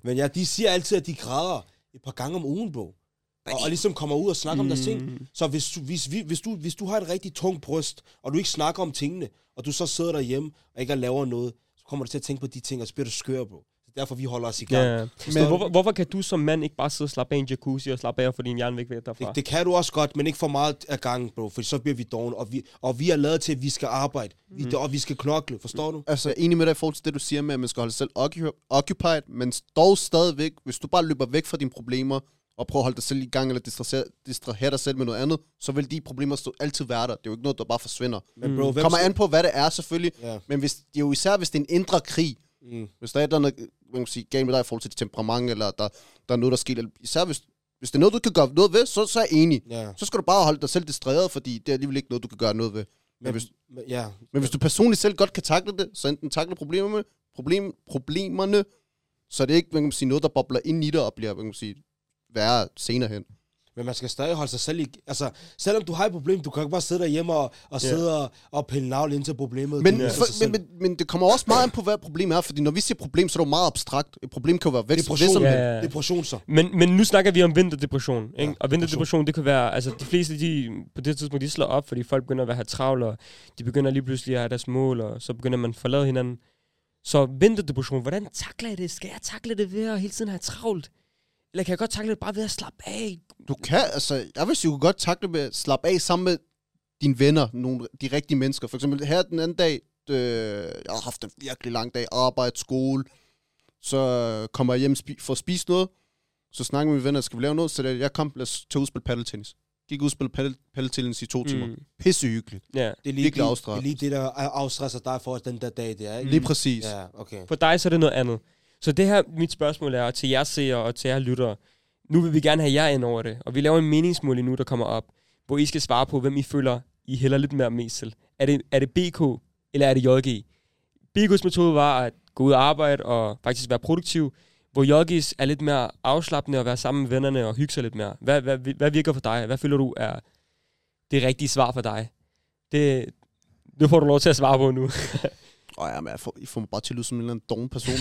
[SPEAKER 4] Men ja, de siger altid, at de græder et par gange om ugen, bro. Og, og ligesom kommer ud og snakker mm. om deres ting. Så hvis du, hvis, vi- hvis, du, hvis du har et rigtig tungt bryst, og du ikke snakker om tingene, og du så sidder derhjemme og ikke laver noget, så kommer du til at tænke på de ting, og så bliver du skør, bro. Så derfor vi holder os i gang.
[SPEAKER 3] Ja. Men hvorfor, hvorfor kan du som mand ikke bare sidde og slappe af i en jacuzzi og slappe af og få din hjerne væk væk derfra?
[SPEAKER 4] Det, det kan du også godt, men ikke for meget af gangen, bro, for så bliver vi dogne, og vi, og vi er lavet til, at vi skal arbejde, vi,
[SPEAKER 3] Mm.
[SPEAKER 4] og vi skal knokle, forstår du?
[SPEAKER 1] Altså, jeg er enig med dig i forhold til det, du siger med, at man skal holde sig selv occu- occupied, men dog stadigvæk, hvis du bare løber væk fra dine problemer, og prøve at holde dig selv i gang, eller distrahere, distrahere dig selv med noget andet, så vil de problemer stå altid være der. Det er jo ikke noget, der bare forsvinder.
[SPEAKER 4] Men bro,
[SPEAKER 1] Det
[SPEAKER 4] hvem
[SPEAKER 1] kommer
[SPEAKER 4] skal-
[SPEAKER 1] an på, hvad det er selvfølgelig,
[SPEAKER 4] Ja.
[SPEAKER 1] men hvis, det er jo især, hvis det er en indre krig.
[SPEAKER 4] Mm.
[SPEAKER 1] Hvis der er et eller andet man kan sige, galt med dig i forhold til dit temperament, eller der, der er noget, der sker, eller især hvis, hvis det er noget, du kan gøre noget ved, så, så er jeg enig.
[SPEAKER 4] Ja.
[SPEAKER 1] Så skal du bare holde dig selv distraheret, fordi det er alligevel ikke noget, du kan gøre noget ved.
[SPEAKER 4] Men,
[SPEAKER 1] hvis-
[SPEAKER 4] men, ja.
[SPEAKER 1] Men hvis du personligt selv godt kan takle det, så enten takle problemerne, problem, problemerne, så er det ikke man kan sige, noget, der bobler ind i dig og bliver man kan sige, værre senere hen.
[SPEAKER 4] men man skal stadig holde sig selv i... Altså, selvom du har et problem, du kan ikke bare sidde derhjemme og, og
[SPEAKER 3] Ja.
[SPEAKER 4] sidde og, og pille navl ind til problemet.
[SPEAKER 1] Men,
[SPEAKER 4] Du
[SPEAKER 1] ja.
[SPEAKER 4] løser sig
[SPEAKER 1] for,
[SPEAKER 4] selv.
[SPEAKER 1] men, men, men det kommer også meget an på, hvad problemet er, fordi når vi siger problem, så er det jo meget abstrakt. Et problem kan jo være vækst.
[SPEAKER 4] Depression,
[SPEAKER 1] Som,
[SPEAKER 3] Ja,
[SPEAKER 1] ja.
[SPEAKER 3] ja.
[SPEAKER 4] ja. depression så.
[SPEAKER 3] Men, men nu snakker vi om vinterdepression, ikke?
[SPEAKER 4] Ja,
[SPEAKER 3] Ja, og vinterdepression, det kan være, altså de fleste, de, på det tidspunkt, de slår op, fordi folk begynder at være have travle, og de begynder lige pludselig at have deres mål, og så begynder man at forlade hinanden. Så vinterdepression, hvordan takler jeg det? Skal jeg takle det ved at hele tiden have travlt? Eller kan jeg godt takle det bare ved at slappe af?
[SPEAKER 1] Du kan, altså, jeg vil sige, du kan godt takle med at slappe af sammen med dine venner, nogle, de rigtige mennesker. For eksempel her den anden dag, øh, jeg har haft en virkelig lang dag, arbejde, skole, så kommer jeg hjem spi- for at spise noget, så snakker med mine venner, skal vi lave noget? Så det, jeg kom, lad os tage ud og spille paddeltennis. Gik ud og spille paddel- paddeltennis i to timer. Mm.
[SPEAKER 3] Mm.
[SPEAKER 1] Pisse hyggeligt.
[SPEAKER 3] Ja.
[SPEAKER 4] Det er
[SPEAKER 1] Virkelig
[SPEAKER 4] lige, det,
[SPEAKER 1] afstraffe.
[SPEAKER 4] er lige det, der afstresser dig for den der dag, det er, ikke?
[SPEAKER 1] Lige præcis.
[SPEAKER 4] Mm. Ja, okay.
[SPEAKER 3] For dig så er det noget andet. Så det her, mit spørgsmål er, og til jer seere og til jer lyttere, nu vil vi gerne have jer ind over det, og vi laver en meningsmåling nu, der kommer op, hvor I skal svare på, hvem I føler, I hælder lidt mere mest til. Er det, er det BK, eller er det JG? BK's metode var at gå ud og arbejde og faktisk være produktiv, hvor JG's er lidt mere afslappende og være sammen med vennerne og hygge sig lidt mere. Hvad, hvad, hvad virker for dig? Hvad føler du er det rigtige svar for dig? Det, det får du lov til at svare på nu.
[SPEAKER 1] Og ja, men jeg får, I får mig bare til at lyde som en eller anden doven
[SPEAKER 4] [LAUGHS]
[SPEAKER 1] person. [LAUGHS]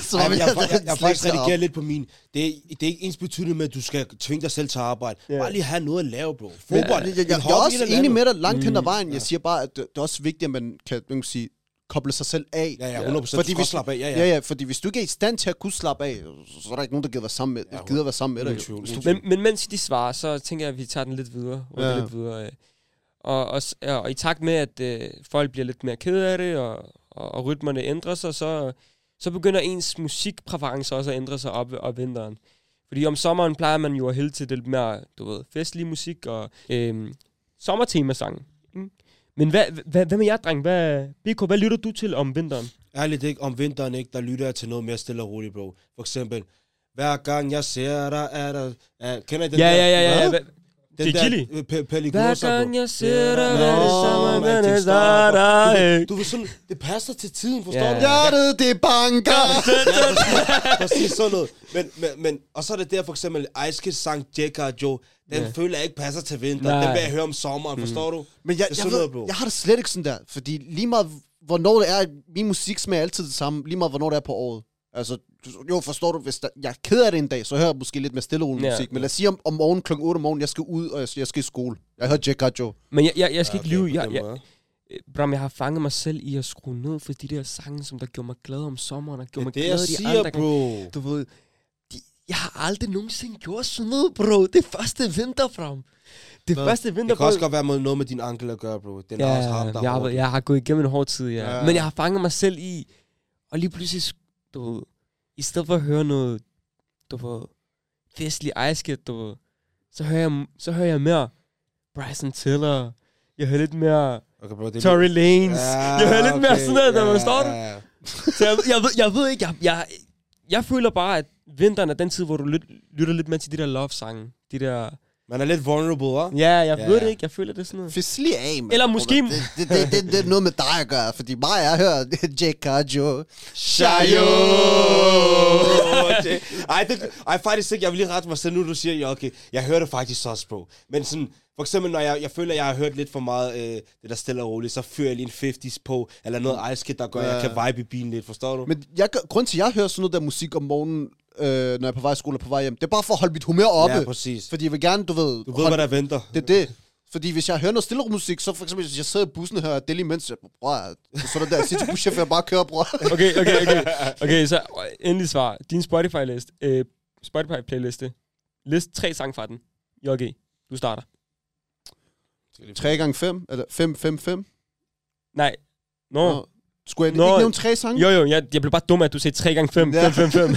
[SPEAKER 1] så
[SPEAKER 4] Ej, men jeg, jeg,
[SPEAKER 1] slet
[SPEAKER 4] jeg, jeg har
[SPEAKER 1] ikke
[SPEAKER 4] faktisk
[SPEAKER 1] sat op.
[SPEAKER 4] redigeret lidt på min. Det, er- det er ikke ens betydende med, at du skal tvinge dig selv til at arbejde.
[SPEAKER 3] Ja.
[SPEAKER 4] Bare lige have noget at lave, bro.
[SPEAKER 1] Men, øh,
[SPEAKER 4] Fodbold,
[SPEAKER 1] jeg, jeg, jeg, jeg er også enig med dig langt
[SPEAKER 4] Mm.
[SPEAKER 1] hen ad vejen. Jeg siger bare, at det, det er også vigtigt, at man kan, man kan sige, koble sig selv af.
[SPEAKER 4] Ja, ja, 100%.
[SPEAKER 1] Fordi
[SPEAKER 4] Fordi vi
[SPEAKER 1] hvis-
[SPEAKER 4] slapper af. Ja, ja.
[SPEAKER 1] Ja, ja, fordi hvis du ikke er i stand til at kunne slappe af, så er der ikke nogen, der gider være sammen med, ja, gider være sammen med dig.
[SPEAKER 4] uden tvivl,
[SPEAKER 1] Hvis du,
[SPEAKER 4] uden
[SPEAKER 3] Men, men mens de svarer, så tænker jeg, at vi tager den lidt videre.
[SPEAKER 1] Ja.
[SPEAKER 3] Ja. lidt videre øh. og, og, s- og, og i takt med, at øh, folk bliver lidt mere ked af det, og, og, og rytmerne ændrer sig, så, så begynder ens musikpræferencer også at ændre sig op op vinteren. Fordi om sommeren plejer man jo at hælde til det lidt mere, du ved, festlig musik og øh, sommertemasange. Mm. Men hvad, hvad, hvad med jer, dreng? Hvad, BK, hvad lytter du til om vinteren?
[SPEAKER 4] Ærligt ikke, om vinteren ikke, der lytter jeg til noget mere stille og roligt, bro. For eksempel, hver gang jeg ser dig, er der... Uh, kender I den
[SPEAKER 3] Ja,
[SPEAKER 4] der?
[SPEAKER 3] ja, ja, ja.
[SPEAKER 4] Hvad?
[SPEAKER 3] ja. Hvad,
[SPEAKER 4] Den
[SPEAKER 3] Det er
[SPEAKER 4] der,
[SPEAKER 3] Gilly.
[SPEAKER 4] øh, Pe- Pellicosa,
[SPEAKER 3] hver
[SPEAKER 4] bro.
[SPEAKER 3] gang jeg ser dig,
[SPEAKER 4] Nå,
[SPEAKER 3] hvad er det samme,
[SPEAKER 4] alting
[SPEAKER 3] hvad er det, øh, der
[SPEAKER 4] stopper.
[SPEAKER 3] er
[SPEAKER 4] Du ved-
[SPEAKER 3] ikke?
[SPEAKER 4] Du ved sådan, det passer til tiden, forstår
[SPEAKER 3] Ja.
[SPEAKER 4] du?
[SPEAKER 1] hjertet, det banker!
[SPEAKER 4] [LAUGHS] Præcis sådan noget. Men, men, men, og så er det der for eksempel Ice Kids sang Jekka og Joe. Den yeah. føler jeg ikke passer til vinter.
[SPEAKER 3] Nej.
[SPEAKER 4] Den vil jeg høre om sommeren, mm. forstår du?
[SPEAKER 1] Men jeg,
[SPEAKER 4] det er
[SPEAKER 1] jeg,
[SPEAKER 4] sådan noget, bro.
[SPEAKER 1] ved, jeg har det slet ikke sådan der, fordi lige meget hvornår det er, min musik smager altid det samme, lige meget hvornår det er på året. Altså, jo, forstår du, hvis der, jeg er ked af det en dag, så hører jeg måske lidt mere stille og rolig
[SPEAKER 3] Ja.
[SPEAKER 1] musik, men lad os sige om, om morgenen kl. 8 om morgenen, jeg skal ud, og jeg, jeg skal i skole. Jeg hører Jack Joe.
[SPEAKER 3] Men jeg, jeg, jeg skal
[SPEAKER 4] Ja,
[SPEAKER 3] ja, ikke
[SPEAKER 4] okay, på
[SPEAKER 3] lyve. Jeg,
[SPEAKER 4] den
[SPEAKER 3] jeg,
[SPEAKER 4] måde.
[SPEAKER 3] øh, Bram, jeg har fanget mig selv i at skrue ned for de der sange, som der gjorde mig glad om sommeren, og
[SPEAKER 4] Det
[SPEAKER 3] gjorde
[SPEAKER 4] er
[SPEAKER 3] mig
[SPEAKER 4] det,
[SPEAKER 3] glad
[SPEAKER 4] jeg
[SPEAKER 3] de
[SPEAKER 4] siger,
[SPEAKER 3] andre gange.
[SPEAKER 4] bro.
[SPEAKER 3] Du ved, de, jeg har aldrig nogensinde gjort sådan noget, bro. Det er første vinter, Bram. Det er
[SPEAKER 1] Hvad?
[SPEAKER 3] første vinter,
[SPEAKER 4] Det kan
[SPEAKER 3] bro.
[SPEAKER 4] også godt være med noget med din ankel at gøre, bro. Den er også ham, der
[SPEAKER 3] jeg,
[SPEAKER 4] er
[SPEAKER 3] har,
[SPEAKER 4] hård.
[SPEAKER 3] jeg har gået igennem en hård tid, ja.
[SPEAKER 1] Ja.
[SPEAKER 3] ja. Men jeg har fanget mig selv i, og lige pludselig, sk- du ved, i stedet for at høre noget, du ved, festlig ejeskat, du ved, så hører jeg, så hører jeg mere Bryson Tiller, jeg hører lidt mere
[SPEAKER 4] Okay, bro, det er
[SPEAKER 3] Tory Lanez, jeg hører lidt mere sådan noget, der
[SPEAKER 4] ja,
[SPEAKER 3] forstår du?
[SPEAKER 4] ja, ja.
[SPEAKER 3] Så jeg, jeg, ved, jeg ved ikke, jeg, jeg, jeg føler bare, at vinteren er den tid, hvor du lyt, lytter lidt mere til de der love-sange. De der...
[SPEAKER 4] Man er lidt vulnerable, hva'?
[SPEAKER 3] Ja, jeg
[SPEAKER 4] Ja,
[SPEAKER 3] ja, ved
[SPEAKER 4] ja.
[SPEAKER 3] det ikke, jeg føler det er
[SPEAKER 4] [LAUGHS]
[SPEAKER 3] sådan noget.
[SPEAKER 1] Fisk lige af, man.
[SPEAKER 3] Eller måske-
[SPEAKER 1] Det, det, det, det, det er noget med dig at gøre, fordi mig, jeg hører Jack Joe.
[SPEAKER 4] Shayo! Okay. Ej, det, ej, faktisk ikke. Jeg vil lige rette mig selv nu, du siger, ja, okay, jeg hører det faktisk også, bro. Men sådan, for eksempel, når jeg, jeg føler, at jeg har hørt lidt for meget øh, det der stille og roligt, så fyrer jeg lige en 50's på, eller noget ice kit, der gør, at jeg kan vibe i bilen lidt, forstår du?
[SPEAKER 1] Men jeg, gør- grunden til, at jeg hører sådan noget der musik om morgenen, øh, når jeg er på vej i skole og på vej hjem, det er bare for at holde mit humør oppe.
[SPEAKER 4] ja, præcis.
[SPEAKER 1] Fordi jeg vil gerne, du ved...
[SPEAKER 4] Du ved, hvad der venter.
[SPEAKER 1] Det er det. Fordi hvis jeg hører noget stille musik, så for eksempel, hvis jeg sidder i bussen og hører Deli Mens, så bror, så er det der, jeg siger til buschauffør, bare kører, [LAUGHS] bror.
[SPEAKER 3] Okay, okay, okay.
[SPEAKER 4] [LAUGHS]
[SPEAKER 3] Okay, så øh, endelig svar. Din Spotify-list, øh, Spotify-playliste. List tre sange fra den. JG, du starter.
[SPEAKER 1] 3 gange 5, eller 5, 5, 5.
[SPEAKER 3] Nej. Nå, no.
[SPEAKER 1] Skulle jeg
[SPEAKER 3] Nå.
[SPEAKER 1] ikke nævne tre sange?
[SPEAKER 3] Jo, jo, jeg, jeg blev bare dum af, at du sagde 3 gange 5
[SPEAKER 1] Ja.
[SPEAKER 3] 5 5
[SPEAKER 4] [LAUGHS]
[SPEAKER 1] [LAUGHS]
[SPEAKER 3] 5
[SPEAKER 1] men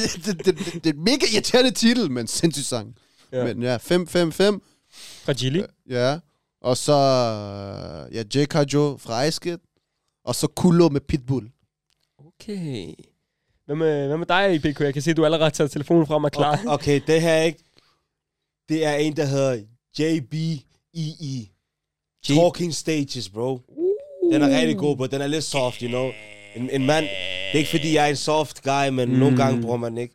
[SPEAKER 1] det, det, det, det, er en mega irriterende titel, men sindssyg sang.
[SPEAKER 3] Ja.
[SPEAKER 1] Ja. Men ja, 5, 5, 5.
[SPEAKER 3] fra Gilly.
[SPEAKER 1] Ja. Og så, ja, J.K. Joe fra Ice Kid. Og så Kullo med Pitbull.
[SPEAKER 3] Okay. Hvad med, hvad med dig, PK? Jeg kan se, at du allerede har taget telefonen frem og er klar.
[SPEAKER 4] Okay, okay, det her er ikke... Det er en, der hedder JBEE. E. Talking Stages, bro. Den er rigtig god, bro. Den er lidt soft, you know. En, en mand... Det er ikke, fordi jeg er en soft guy, men mm. nogle gange bruger man ikke...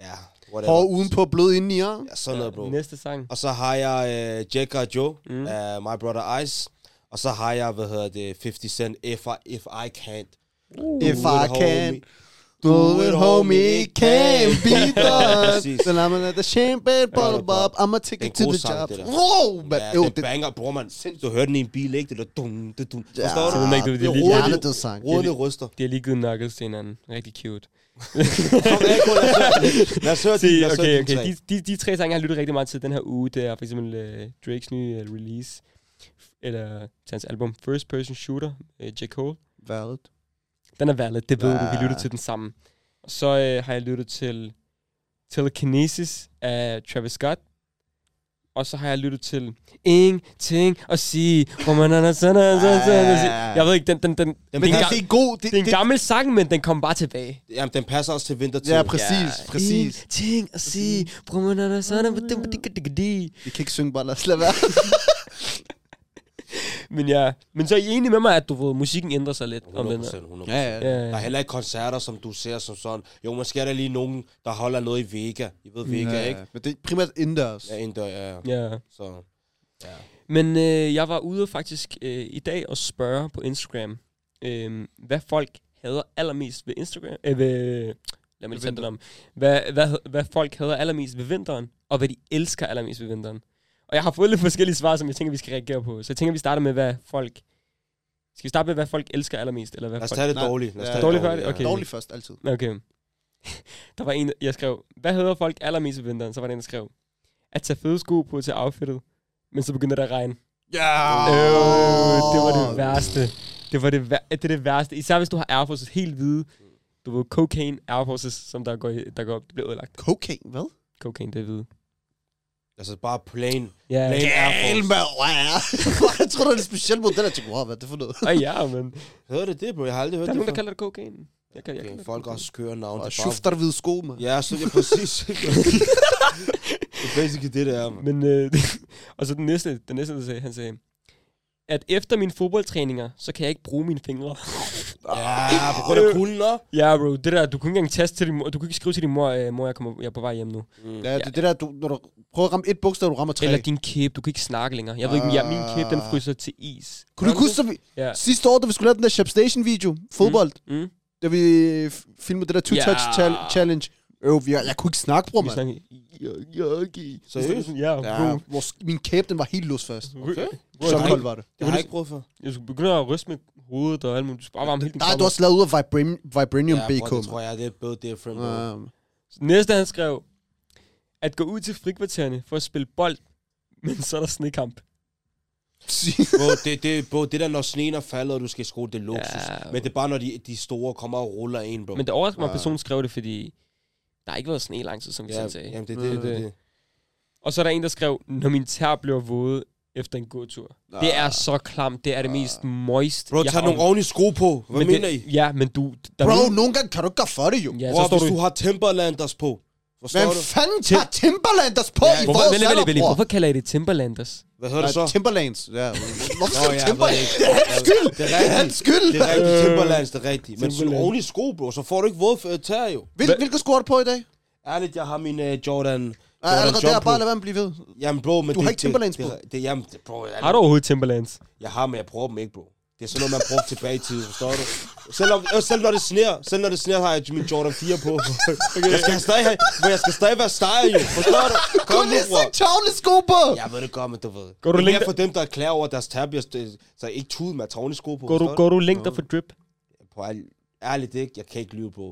[SPEAKER 4] Ja, whatever.
[SPEAKER 1] Hår udenpå, blød indeni, ja.
[SPEAKER 4] Ja, sådan noget, bro.
[SPEAKER 3] Næste sang.
[SPEAKER 4] Og så har jeg øh, Jekka og Joe, mm. uh, My Brother Ice. Og så har jeg, hvad hedder det, 50 Cent, If I, if I Can't.
[SPEAKER 1] If
[SPEAKER 4] Do
[SPEAKER 1] I
[SPEAKER 4] it,
[SPEAKER 1] can.
[SPEAKER 4] homie.
[SPEAKER 1] Do it, homie, can beat us.
[SPEAKER 4] Præcis.
[SPEAKER 1] Then I'm gonna the champagne bottle bop. I'ma take
[SPEAKER 4] Det er
[SPEAKER 1] it to the
[SPEAKER 4] en god sang,
[SPEAKER 1] job.
[SPEAKER 4] det der.
[SPEAKER 1] Wow, man.
[SPEAKER 4] Ja,
[SPEAKER 1] Jo,
[SPEAKER 4] det, det banger, bror, man. Du hørte den i en bil, ikke? Det der dum, det dum.
[SPEAKER 1] Ja.
[SPEAKER 4] Forstår du?
[SPEAKER 1] Så ved
[SPEAKER 3] man ikke, det er
[SPEAKER 4] det er
[SPEAKER 3] lige-
[SPEAKER 4] roligt.
[SPEAKER 1] Hjernet, det sang.
[SPEAKER 4] Runde ryster. [LAUGHS]
[SPEAKER 3] De har lige givet knuckles til hinanden. Rigtig cute.
[SPEAKER 4] Kom, Rico, lad os høre det. Lad os høre din,
[SPEAKER 3] Se,
[SPEAKER 4] lad os
[SPEAKER 3] okay,
[SPEAKER 4] høre
[SPEAKER 3] okay.
[SPEAKER 4] din
[SPEAKER 3] De, de, de tre sange, jeg har lyttet rigtig meget til den her uge, det er for eksempel uh, Drakes nye uh, release, eller til hans album First Person Shooter, uh, J. Cole.
[SPEAKER 1] Valid.
[SPEAKER 3] Den er valid, det ved ja. du,
[SPEAKER 1] Ja.
[SPEAKER 3] vi lyttede til den samme. Og så uh, har jeg lyttet til Telekinesis af Travis Scott. Og så har jeg lyttet til Ingenting at sige, hvor man er sådan, sådan, sådan, sådan. at sige. Jeg ved ikke, den, den, den, den,
[SPEAKER 1] Men
[SPEAKER 3] det, er en
[SPEAKER 1] det,
[SPEAKER 3] ga-
[SPEAKER 1] det er god. Det,
[SPEAKER 3] det er en gammel sang, men den kommer bare tilbage.
[SPEAKER 4] tre. Jamen, den passer også til vintertid.
[SPEAKER 1] Ja, præcis, ja. præcis.
[SPEAKER 3] Ting at sige. Brumanana sådan.
[SPEAKER 1] Vi kan ikke synge bare, lad os lade være.
[SPEAKER 3] Men ja, men så er I enige med mig, at du ved, musikken ændrer sig lidt. Om den
[SPEAKER 4] 100%, 100%.
[SPEAKER 1] ja, ja.
[SPEAKER 3] Ja,
[SPEAKER 4] Der er heller ikke koncerter, som du ser som sådan. Jo, måske er der lige nogen, der holder noget i Vega. I ved Vega,
[SPEAKER 1] ja.
[SPEAKER 4] ikke?
[SPEAKER 1] Men det er primært indendørs.
[SPEAKER 4] Ja, indør, ja.
[SPEAKER 3] ja.
[SPEAKER 4] Så.
[SPEAKER 3] Men øh, jeg var ude faktisk øh, i dag og spørge på Instagram, øh, hvad folk hader allermest ved Instagram. Øh, ved, lad mig lige tage den om. Hvad, hvad, hvad folk hader allermest ved vinteren, og hvad de elsker allermest ved vinteren. Og jeg har fået lidt forskellige svar, som jeg tænker, vi skal reagere på. Så jeg tænker, vi starter med, hvad folk... Skal vi starte med, hvad folk elsker allermest? Eller hvad
[SPEAKER 4] Lad os
[SPEAKER 3] folk
[SPEAKER 4] tage det
[SPEAKER 1] Nej.
[SPEAKER 4] dårligt. Lad os
[SPEAKER 1] Ja.
[SPEAKER 4] tage det
[SPEAKER 3] Dårligt
[SPEAKER 4] dårligt,
[SPEAKER 3] før det? Okay.
[SPEAKER 4] ja.
[SPEAKER 1] Dårligt først, altid.
[SPEAKER 3] Okay. [LAUGHS] Der var en, jeg skrev, hvad hedder folk allermest ved vinteren? Så var der en, der skrev, at tage fede sko på til outfittet, men så begynder der at regne.
[SPEAKER 1] Ja!
[SPEAKER 3] Oh. Øh, det var det værste. Det var det, vær- det, er det værste. Især hvis du har Air Forces helt hvide. Du ved, cocaine Air Forces, som der går, i- der går op, det bliver ødelagt.
[SPEAKER 1] Cocaine, hvad?
[SPEAKER 3] Cocaine, det er hvide.
[SPEAKER 4] Altså bare plain.
[SPEAKER 3] Ja,
[SPEAKER 4] Plain Air
[SPEAKER 1] Gale,
[SPEAKER 4] Force.
[SPEAKER 1] mand. Wow. Jeg [LAUGHS] tror, det er en speciel model. Jeg tænker, wow, hvad er det for noget?
[SPEAKER 3] Ej, ja, men.
[SPEAKER 4] Hørte det det, bro? Jeg har aldrig hørt
[SPEAKER 3] Der er
[SPEAKER 4] det
[SPEAKER 3] nogen, der
[SPEAKER 4] før.
[SPEAKER 3] kalder det cocaine. Jeg kan, jeg
[SPEAKER 4] Okay,
[SPEAKER 3] kalder det
[SPEAKER 4] folk
[SPEAKER 3] cocaine. [LAUGHS]
[SPEAKER 4] også skøre navn.
[SPEAKER 1] Og
[SPEAKER 4] Det er bare...
[SPEAKER 1] shufter hvide sko, mand.
[SPEAKER 4] Ja, så det er præcis. [LAUGHS] det er basically det, det er. man.
[SPEAKER 3] Men, øh, [LAUGHS] og så den næste, den næste, der sagde, han sagde, at efter mine fodboldtræninger, så kan jeg ikke bruge mine fingre. Ah,
[SPEAKER 4] Ja, på grund af kulden, nå.
[SPEAKER 3] [LAUGHS] Ja, bro, det der, du kunne ikke engang teste til din mor, du kunne ikke skrive til din mor, øh, mor, jeg, kommer, jeg er på vej hjem nu.
[SPEAKER 1] Ja, det er det der, du, når du prøver at ramme et bogstav, du rammer tre.
[SPEAKER 3] Eller din kæb, du kan ikke snakke længere. Jeg ved ikke, men jeg, min kæb, den fryser til is.
[SPEAKER 1] Kunne du ikke huske, da vi,
[SPEAKER 3] Ja.
[SPEAKER 1] sidste år, da vi skulle lave den der Station-video, fodbold,
[SPEAKER 3] Mm.
[SPEAKER 1] da vi øh, f- filmede det der two-touch
[SPEAKER 3] Ja.
[SPEAKER 1] chal- challenge, øh, jeg, jeg kunne ikke snakke, bror,
[SPEAKER 3] Vi
[SPEAKER 1] mand.
[SPEAKER 3] snakker,
[SPEAKER 4] Seriøst?
[SPEAKER 3] ja,
[SPEAKER 1] Ja,
[SPEAKER 3] bro.
[SPEAKER 1] vores, min kæbe, den var helt låst fast.
[SPEAKER 4] Okay.
[SPEAKER 1] Så
[SPEAKER 3] jeg-
[SPEAKER 1] kold var det.
[SPEAKER 4] Det har jeg ikke prøvet før.
[SPEAKER 3] Jeg skulle begynde at ryste med hovedet og alt muligt. Du skulle bare varme helt din
[SPEAKER 1] Der er du
[SPEAKER 3] krop
[SPEAKER 1] også lavet ud af vibram- Vibranium
[SPEAKER 4] Ja,
[SPEAKER 1] BK,
[SPEAKER 4] bror, det
[SPEAKER 1] mand.
[SPEAKER 4] tror jeg, det er både different, bro.
[SPEAKER 1] Øhm, [LAUGHS]
[SPEAKER 3] op. Næste, han skrev, at gå ud til frikvartererne for at spille bold, [LAUGHS] men så er der snekamp.
[SPEAKER 4] Bro, det, det, bro, det der, når sneen er faldet, og du skal i skole, det er luksus.
[SPEAKER 3] Ja,
[SPEAKER 4] Men det er bare, når de, de store kommer og ruller en, bro.
[SPEAKER 3] Men det overrasker mig, at
[SPEAKER 1] Ja.
[SPEAKER 3] personen skrev det, fordi der har ikke været sne i lang tid, som vi
[SPEAKER 4] ja,
[SPEAKER 3] selv sagde.
[SPEAKER 4] jamen, det, er det,
[SPEAKER 3] Det er
[SPEAKER 4] det,
[SPEAKER 3] det.
[SPEAKER 4] det.
[SPEAKER 3] Og så er der en, der skrev, når min tær bliver våde efter en god tur. Det er så klamt. Det er det mest moist.
[SPEAKER 4] Bro, tag nogle ordentlige sko på. Hvad
[SPEAKER 3] men
[SPEAKER 4] mener I?
[SPEAKER 3] det, Ja, men du... Der er
[SPEAKER 1] Bro,
[SPEAKER 3] nogen-
[SPEAKER 1] nogle gange kan du ikke gøre for det, jo.
[SPEAKER 3] Ja,
[SPEAKER 4] Bro,
[SPEAKER 3] så står
[SPEAKER 4] hvis
[SPEAKER 3] du...
[SPEAKER 4] du har Timberlanders på. Forstår
[SPEAKER 1] Hvem
[SPEAKER 4] du?
[SPEAKER 1] fanden tager Timberlanders på
[SPEAKER 4] Ja,
[SPEAKER 1] i
[SPEAKER 3] Hvorfor,
[SPEAKER 1] vores
[SPEAKER 3] vældig, vældig,
[SPEAKER 1] alder,
[SPEAKER 3] vældig,
[SPEAKER 1] bror?
[SPEAKER 3] hvorfor kalder I det Timberlanders?
[SPEAKER 4] Hvad hedder det
[SPEAKER 1] Nej,
[SPEAKER 4] så?
[SPEAKER 1] Timberlands. Ja, hvorfor
[SPEAKER 4] [LAUGHS] Nå,
[SPEAKER 1] Nå,
[SPEAKER 4] ja, jeg ved
[SPEAKER 1] Timberlands?
[SPEAKER 4] ikke.
[SPEAKER 1] Det er hans skyld.
[SPEAKER 4] Det er
[SPEAKER 1] Det er hans
[SPEAKER 4] rigtigt.
[SPEAKER 1] skyld.
[SPEAKER 4] Det er rigtigt.
[SPEAKER 3] Øh.
[SPEAKER 4] Timberlands, det er rigtigt. Men sådan
[SPEAKER 3] Timberland.
[SPEAKER 4] ordentlige sko, bro, så får du ikke våde øh, tæer, jo.
[SPEAKER 1] Hvil, hvilke sko har du på i dag?
[SPEAKER 4] Ærligt, jeg har min øh, Jordan...
[SPEAKER 1] Ja,
[SPEAKER 4] Jordan
[SPEAKER 1] allerede der,
[SPEAKER 4] Jump
[SPEAKER 1] bare
[SPEAKER 4] på.
[SPEAKER 1] lad være med at blive ved.
[SPEAKER 4] Jamen, bro, men
[SPEAKER 1] Du
[SPEAKER 4] det,
[SPEAKER 1] har ikke
[SPEAKER 4] det-
[SPEAKER 1] Timberlands
[SPEAKER 4] det,
[SPEAKER 1] på.
[SPEAKER 4] Det, det, jamen, det, bro, jeg,
[SPEAKER 3] Har du overhovedet Timberlands?
[SPEAKER 4] jeg har, men jeg bruger dem ikke, bro. Det er sådan noget, man bruger tilbage i tiden, forstår du? Selvom, øh, selv når det sneer, selv når det sneer, har jeg min Jordan 4 på. Okay. Jeg skal stadig have, bro, jeg skal stadig være stejl, jo. Forstår
[SPEAKER 1] [LAUGHS]
[SPEAKER 4] du?
[SPEAKER 1] Kun lige
[SPEAKER 4] bror.
[SPEAKER 1] sådan tjavle sko på.
[SPEAKER 4] Jeg ved det godt, men du ved.
[SPEAKER 3] Går
[SPEAKER 4] Går
[SPEAKER 3] du
[SPEAKER 4] du det er
[SPEAKER 3] længere-
[SPEAKER 4] mere for dem, der er klar over deres tab, jeg stø- så ikke tude med at tage ordentligt sko på.
[SPEAKER 3] Går du,
[SPEAKER 4] forstår
[SPEAKER 3] går du længder for drip?
[SPEAKER 4] På al- ærligt ikke, jeg kan ikke lyve på.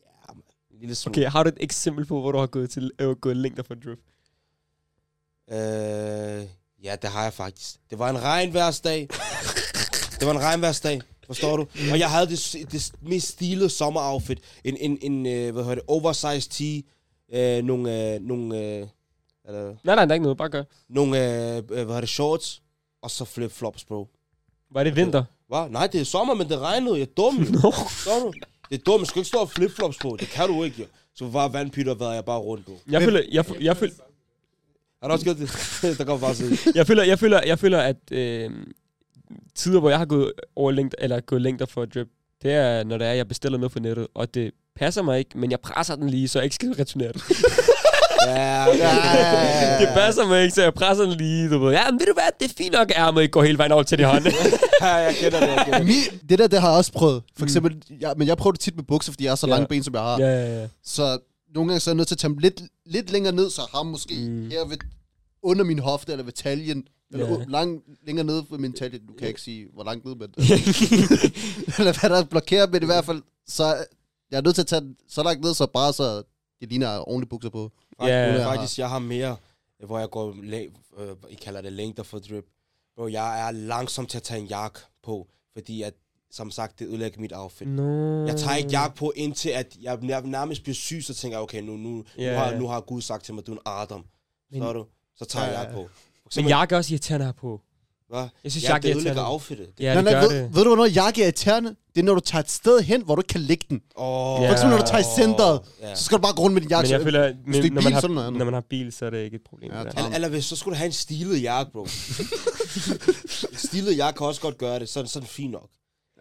[SPEAKER 4] Ja, man. En lille smule.
[SPEAKER 3] Okay, har du et eksempel på, hvor du har gået, til, øh, gået længder for drip?
[SPEAKER 4] [LAUGHS] Øh, ja, det har jeg faktisk. Det var en regnværsdag. det var en regnværsdag. Forstår du? Og jeg havde det, det mest stilede sommeroutfit. En, en, en øh, hvad hedder det, oversized tee. Øh, nogle, øh, nogle, øh, eller,
[SPEAKER 3] Nej, nej, der er ikke noget. Bare gør.
[SPEAKER 4] nogle øh, øh, hvad hedder det, shorts. Og så flip-flops, bro.
[SPEAKER 3] Var det vinter?
[SPEAKER 4] Hva? Nej, det er sommer, men det regnede. Jeg er dum.
[SPEAKER 3] Nå.
[SPEAKER 4] Forstår du? Det er dumt. Du skal ikke stå og flip-flops på. Det kan du ikke, jo. Så var vandpytter, hvad jeg bare rundt, bro.
[SPEAKER 3] Jeg føler, jeg, føler- jeg, føler,
[SPEAKER 4] Har du også gjort det? [LAUGHS] der kommer bare sådan...
[SPEAKER 3] jeg føler, jeg føler, jeg føler at øh, tider, hvor jeg har gået over længder, eller gået længder for drip, det er, når det er, jeg bestiller noget fra nettet, og det passer mig ikke, men jeg presser den lige, så jeg ikke skal returnere det.
[SPEAKER 4] Ja, okay.
[SPEAKER 1] Ja, ja, ja, ja.
[SPEAKER 3] det passer mig ikke, så jeg presser den lige, du ved. Ja, men ved du hvad, det er fint nok, at ikke går hele vejen over til de
[SPEAKER 1] [LAUGHS]
[SPEAKER 3] hånd.
[SPEAKER 4] [LAUGHS] ja, jeg kender det, jeg kender det.
[SPEAKER 1] Mi- Det der, det har jeg også prøvet.
[SPEAKER 4] Mm.
[SPEAKER 1] For eksempel, jeg, men jeg prøver det tit med bukser, fordi jeg har så
[SPEAKER 3] Ja.
[SPEAKER 1] lange ben, som jeg har.
[SPEAKER 3] ja, ja, ja.
[SPEAKER 1] Så nogle gange så er jeg nødt til at tage dem lidt, lidt længere ned, så ham måske
[SPEAKER 3] Mm.
[SPEAKER 1] mm. her ved, under min hofte, eller ved taljen. Eller
[SPEAKER 3] Ja.
[SPEAKER 1] yeah. lang, længere nede ved min talje. Du kan ikke sige, hvor langt ned,
[SPEAKER 3] [LAUGHS]
[SPEAKER 1] men... eller hvad der blokerer, men i hvert fald, så jeg er nødt til at tage den så langt ned, så bare så det ligner ordentligt bukser på.
[SPEAKER 4] Faktisk,
[SPEAKER 3] Ja.
[SPEAKER 4] faktisk, jeg har mere, øh, hvor jeg går, læ- øh, I kalder det længder for drip. Bro, jeg er langsom til at tage en jakke på, fordi at, som sagt, det ødelægger mit outfit.
[SPEAKER 3] No.
[SPEAKER 4] Jeg tager ikke jakke på, indtil at jeg nær- nærmest bliver syg, så tænker jeg, okay, nu, nu,
[SPEAKER 3] Ja.
[SPEAKER 4] nu, har, nu har Gud sagt til mig, du er en Adam.
[SPEAKER 3] Men-
[SPEAKER 4] Men, du? Så tager jeg
[SPEAKER 3] Ja.
[SPEAKER 4] jakke på.
[SPEAKER 3] Men jakke er også irriterende her på.
[SPEAKER 4] Hva?
[SPEAKER 3] Jeg synes,
[SPEAKER 4] ja,
[SPEAKER 3] jakke
[SPEAKER 4] det
[SPEAKER 3] er irriterende.
[SPEAKER 4] ødelægger outfittet.
[SPEAKER 3] Ja,
[SPEAKER 1] Nå,
[SPEAKER 3] det
[SPEAKER 1] nej,
[SPEAKER 3] gør
[SPEAKER 1] ved,
[SPEAKER 3] det.
[SPEAKER 1] ved du, hvornår jakke er irriterende? Det er, når du tager et sted hen, hvor du ikke kan lægge den.
[SPEAKER 4] Oh,
[SPEAKER 3] Ja.
[SPEAKER 1] For eksempel, når du tager i centret,
[SPEAKER 4] Ja.
[SPEAKER 1] så skal du bare gå rundt med din jakke.
[SPEAKER 3] Men jeg
[SPEAKER 1] så-
[SPEAKER 3] føler,
[SPEAKER 1] det er
[SPEAKER 3] men, når, man
[SPEAKER 1] bil, så er det noget
[SPEAKER 3] har,
[SPEAKER 1] andet.
[SPEAKER 3] når man har bil, så er det ikke et problem.
[SPEAKER 1] Ja,
[SPEAKER 3] det der.
[SPEAKER 1] tak.
[SPEAKER 4] Eller, eller hvis, så skulle du have en stilet jakke, [LAUGHS] bro. En stilet jakke kan også godt gøre det, sådan, sådan fint nok.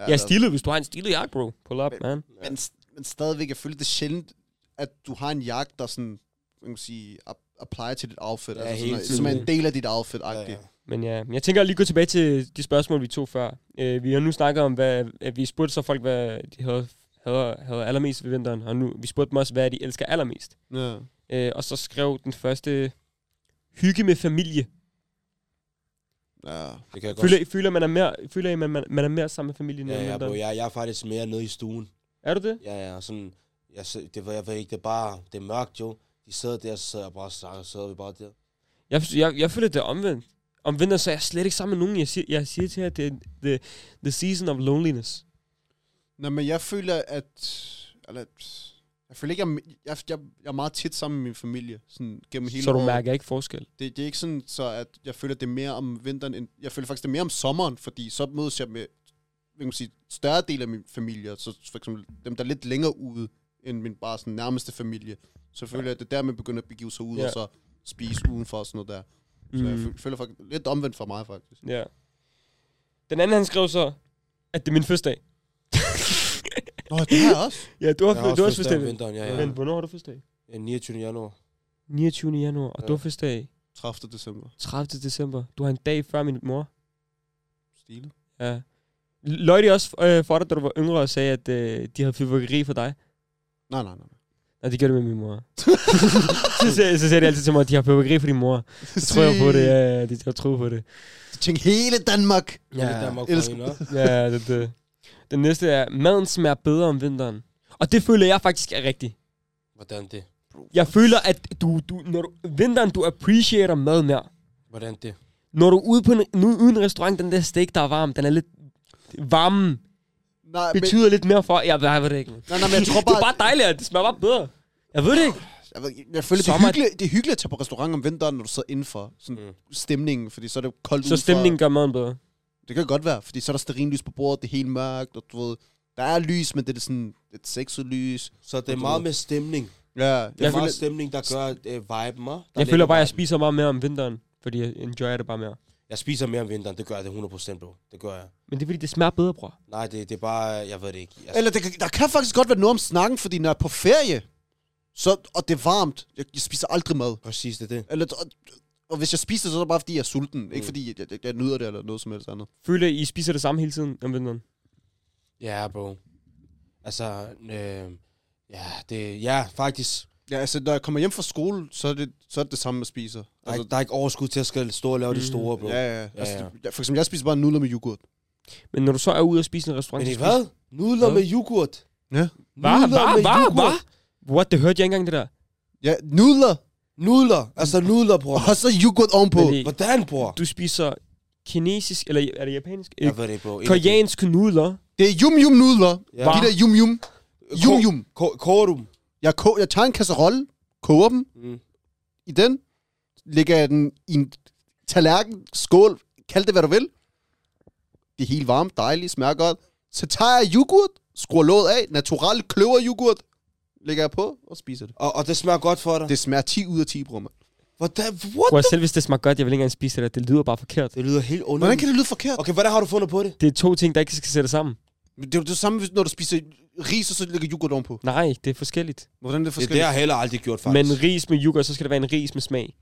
[SPEAKER 3] Ja, stilet, hvis du har en stilet jakke, bro. Pull up, man.
[SPEAKER 1] Men, men stadigvæk, jeg føler det er sjældent, at du har en jakke, der sådan, man kan sige, ap- apply til dit outfit.
[SPEAKER 4] Ja,
[SPEAKER 1] Ja, altså
[SPEAKER 4] helt
[SPEAKER 1] sådan, som er en
[SPEAKER 3] tydeligt.
[SPEAKER 1] del af dit outfit
[SPEAKER 4] Ja,
[SPEAKER 1] ja,
[SPEAKER 4] ja.
[SPEAKER 1] ja.
[SPEAKER 3] Men ja, men jeg tænker at lige gå tilbage til de spørgsmål, vi tog før. Øh, vi har nu snakket om, hvad, at vi spurgte så folk, hvad de havde, havde, havde allermest ved vinteren, og nu vi spurgte dem også, hvad de elsker allermest.
[SPEAKER 1] ja.
[SPEAKER 3] Øh, og så skrev den første, hygge med familie.
[SPEAKER 1] ja.
[SPEAKER 4] Det kan jeg godt
[SPEAKER 3] Føler, I- føler man er mere, føler I, man, man, man er mere sammen med familien end om
[SPEAKER 4] Ja, ja, bro,
[SPEAKER 3] vinteren?
[SPEAKER 4] jeg, jeg er faktisk mere nede i stuen.
[SPEAKER 3] Er du det?
[SPEAKER 4] Ja, ja, og sådan, jeg, sid- det ved jeg ved ikke, det er bare, det er mørkt jo. De sidder der, så sidder jeg bare og snakker, så sidder vi bare der.
[SPEAKER 3] Jeg, jeg, jeg føler det er omvendt. Om vinteren, så er jeg slet ikke sammen med nogen. Jeg siger, jeg siger til jer, at det er the, the season of loneliness.
[SPEAKER 1] Nå, men jeg føler, at... Eller, jeg føler ikke, jeg, jeg, jeg, jeg er meget tit sammen med min familie, sådan gennem hele
[SPEAKER 3] Så du
[SPEAKER 1] året.
[SPEAKER 3] mærker ikke forskel.
[SPEAKER 1] Det, det er ikke sådan, så at jeg føler, det er mere om vinteren, end, jeg føler faktisk, det er mere om sommeren, fordi så mødes jeg med hvad kan man sige, større del af min familie, så for eksempel dem, der er lidt længere ude, end min bare sådan nærmeste familie. Så føler jeg, at det er der, man begynder at begive sig ud,
[SPEAKER 3] Ja.
[SPEAKER 1] og så spise udenfor og sådan noget der. Så jeg
[SPEAKER 3] Mm.
[SPEAKER 1] fø- føler faktisk lidt omvendt for mig, faktisk.
[SPEAKER 3] Ja. Den anden, han skrev så, at det er min fødselsdag.
[SPEAKER 1] Nå, det har jeg også.
[SPEAKER 3] Ja, du har,
[SPEAKER 4] Jeg
[SPEAKER 3] fø- du har også
[SPEAKER 4] fødselsdag om
[SPEAKER 3] fødselsdag.
[SPEAKER 4] vinteren, ja,
[SPEAKER 3] Ja.
[SPEAKER 4] ja.
[SPEAKER 3] Men hvornår har du fødselsdag?
[SPEAKER 4] Den 29. januar.
[SPEAKER 3] 29. januar, og ja.
[SPEAKER 4] Ja.
[SPEAKER 3] du har fødselsdag
[SPEAKER 1] 30. december.
[SPEAKER 3] 30. december. Du har en dag før min mor.
[SPEAKER 1] Stilet.
[SPEAKER 3] Ja. Løg de også øh, for dig, da du var yngre, og sagde, at øh, de havde fyrværkeri for dig?
[SPEAKER 1] Nej, nej, nej. nej.
[SPEAKER 3] Nej, det gjorde det med min
[SPEAKER 4] [LAUGHS]
[SPEAKER 3] mor. [LAUGHS] så, sagde, så sagde de altid til mig, at de har fyrværkeri for din mor. Så tror [LAUGHS] jeg på det, ja, ja, de har tro på det.
[SPEAKER 1] Tænk hele Danmark.
[SPEAKER 4] Ja, det er Danmark,
[SPEAKER 1] elsker-
[SPEAKER 4] Ukraine, hva'?
[SPEAKER 3] Ja, det, det. Den næste er, maden smager bedre om vinteren. Og det føler jeg faktisk er rigtigt.
[SPEAKER 4] Hvordan det?
[SPEAKER 3] Jeg føler, at du, du, når du, vinteren, du appreciater mad mere.
[SPEAKER 4] Hvordan det?
[SPEAKER 3] Når du er ude på en, nu, ude i en restaurant, den der steak, der er varm, den er lidt... Varmen
[SPEAKER 1] Nej, men,
[SPEAKER 3] betyder lidt mere for... Jeg, jeg ved det ikke.
[SPEAKER 1] nej, nej, men jeg tror
[SPEAKER 3] Det
[SPEAKER 1] bare,
[SPEAKER 3] er bare dejligt, at det smager bare bedre. Jeg ved det ikke.
[SPEAKER 1] jeg, ved, ikke, jeg føler, det er,
[SPEAKER 3] Sommer-
[SPEAKER 1] hyggeligt, det er hyggeligt at tage på restaurant om vinteren, når du sidder indenfor. Sådan
[SPEAKER 4] Mm.
[SPEAKER 1] stemningen, fordi så er det koldt
[SPEAKER 3] Så
[SPEAKER 1] udenfor.
[SPEAKER 3] stemningen gør maden bedre.
[SPEAKER 1] Det kan godt være, fordi så er der sterinlys på bordet, det er helt mørkt, og du ved, der er lys, men det er sådan et sexet lys.
[SPEAKER 4] Så det er meget med stemning.
[SPEAKER 1] Ja,
[SPEAKER 4] Det er
[SPEAKER 3] Jeg
[SPEAKER 4] jeg meget
[SPEAKER 3] føler-
[SPEAKER 4] føler, stemning, der gør øh, viben, hva'? Der
[SPEAKER 3] Jeg føler
[SPEAKER 4] ligger
[SPEAKER 3] bare, at jeg
[SPEAKER 4] viben.
[SPEAKER 3] spiser meget mere om vinteren, fordi jeg enjoyer det bare mere.
[SPEAKER 4] Jeg spiser mere om vinteren, det gør jeg det 100%, bro. Det gør jeg.
[SPEAKER 3] Men det er fordi, det smager bedre, bror.
[SPEAKER 4] Nej, det, det er bare, jeg ved det ikke. Jeg,
[SPEAKER 1] Eller det, kan- der kan faktisk godt være noget om snakken, fordi når jeg er på ferie, så, og det er varmt, jeg, jeg spiser aldrig mad.
[SPEAKER 4] præcis, det er det.
[SPEAKER 1] Eller, og, og hvis jeg spiser, så er det bare, fordi jeg er sulten. Mm.
[SPEAKER 4] Mm.
[SPEAKER 1] Ikke fordi jeg, jeg, jeg, nyder det eller noget som helst andet.
[SPEAKER 3] Føler I, I spiser det samme hele tiden om vinteren?
[SPEAKER 4] Ja, bro. Altså, øh, ja, det, ja, faktisk.
[SPEAKER 1] Ja, altså, når jeg kommer hjem fra skole, så er det, så er det, det samme, jeg spiser.
[SPEAKER 4] Der er,
[SPEAKER 1] Altså,
[SPEAKER 4] ikke, der er ikke overskud til at skal stå og lave mm.
[SPEAKER 3] Mm.
[SPEAKER 4] det store, bro.
[SPEAKER 1] ja, ja. Altså,
[SPEAKER 4] ja.
[SPEAKER 1] Jeg, for eksempel, jeg spiser bare nudler med yoghurt.
[SPEAKER 3] Men når du så er ude og spise i en restaurant...
[SPEAKER 4] Men
[SPEAKER 3] så
[SPEAKER 4] det
[SPEAKER 3] spiser-
[SPEAKER 4] hvad? Nudler
[SPEAKER 3] Hvad?
[SPEAKER 4] med yoghurt.
[SPEAKER 1] Ja.
[SPEAKER 3] Hva? Hva? Hva? Hva? What? Det hørte jeg ikke engang, det der.
[SPEAKER 1] Ja, nudler,
[SPEAKER 4] Nudler. Altså nudler, bror.
[SPEAKER 1] og så yoghurt ovenpå.
[SPEAKER 3] Men det-
[SPEAKER 4] Hvordan, bror?
[SPEAKER 3] Du spiser kinesisk, eller er det japansk? Øh,
[SPEAKER 4] Jeg ved det, bro.
[SPEAKER 3] koreanske nudler.
[SPEAKER 1] Det er yum-yum-nudler.
[SPEAKER 4] Ja.
[SPEAKER 1] De der yum-yum. Yum-yum.
[SPEAKER 4] Ko- Korum.
[SPEAKER 1] Jeg, ko- jeg tager en kasserolle, koger dem
[SPEAKER 4] Mm.
[SPEAKER 1] i den, lægger jeg den i en tallerken, skål, kald det hvad du vil. Det er helt varmt, dejligt, smager godt. Så tager jeg yoghurt, skruer låget af, natural kløver yoghurt, lægger jeg på og spiser det.
[SPEAKER 4] Og, og det smager godt for dig.
[SPEAKER 1] Det smager 10 ud af 10, bror, mand.
[SPEAKER 4] Hvordan? What?
[SPEAKER 3] Prøv selv hvis det smager godt, jeg vil ikke engang spise det. Det lyder bare forkert.
[SPEAKER 4] Det lyder helt underligt.
[SPEAKER 1] Hvordan kan det lyde forkert?
[SPEAKER 4] Okay, hvordan har du fundet på det?
[SPEAKER 3] Det er to ting, der ikke skal sætte sammen.
[SPEAKER 1] Men Det er jo det samme, hvis- når du spiser ris, og så lægger yoghurt ovenpå.
[SPEAKER 3] Nej, det er forskelligt.
[SPEAKER 1] Hvordan er det
[SPEAKER 4] Det, det
[SPEAKER 1] forskelligt?
[SPEAKER 4] har jeg heller aldrig gjort,
[SPEAKER 3] Faktisk. Men
[SPEAKER 4] faktisk.
[SPEAKER 3] ris med yoghurt, så skal det være en ris med smag.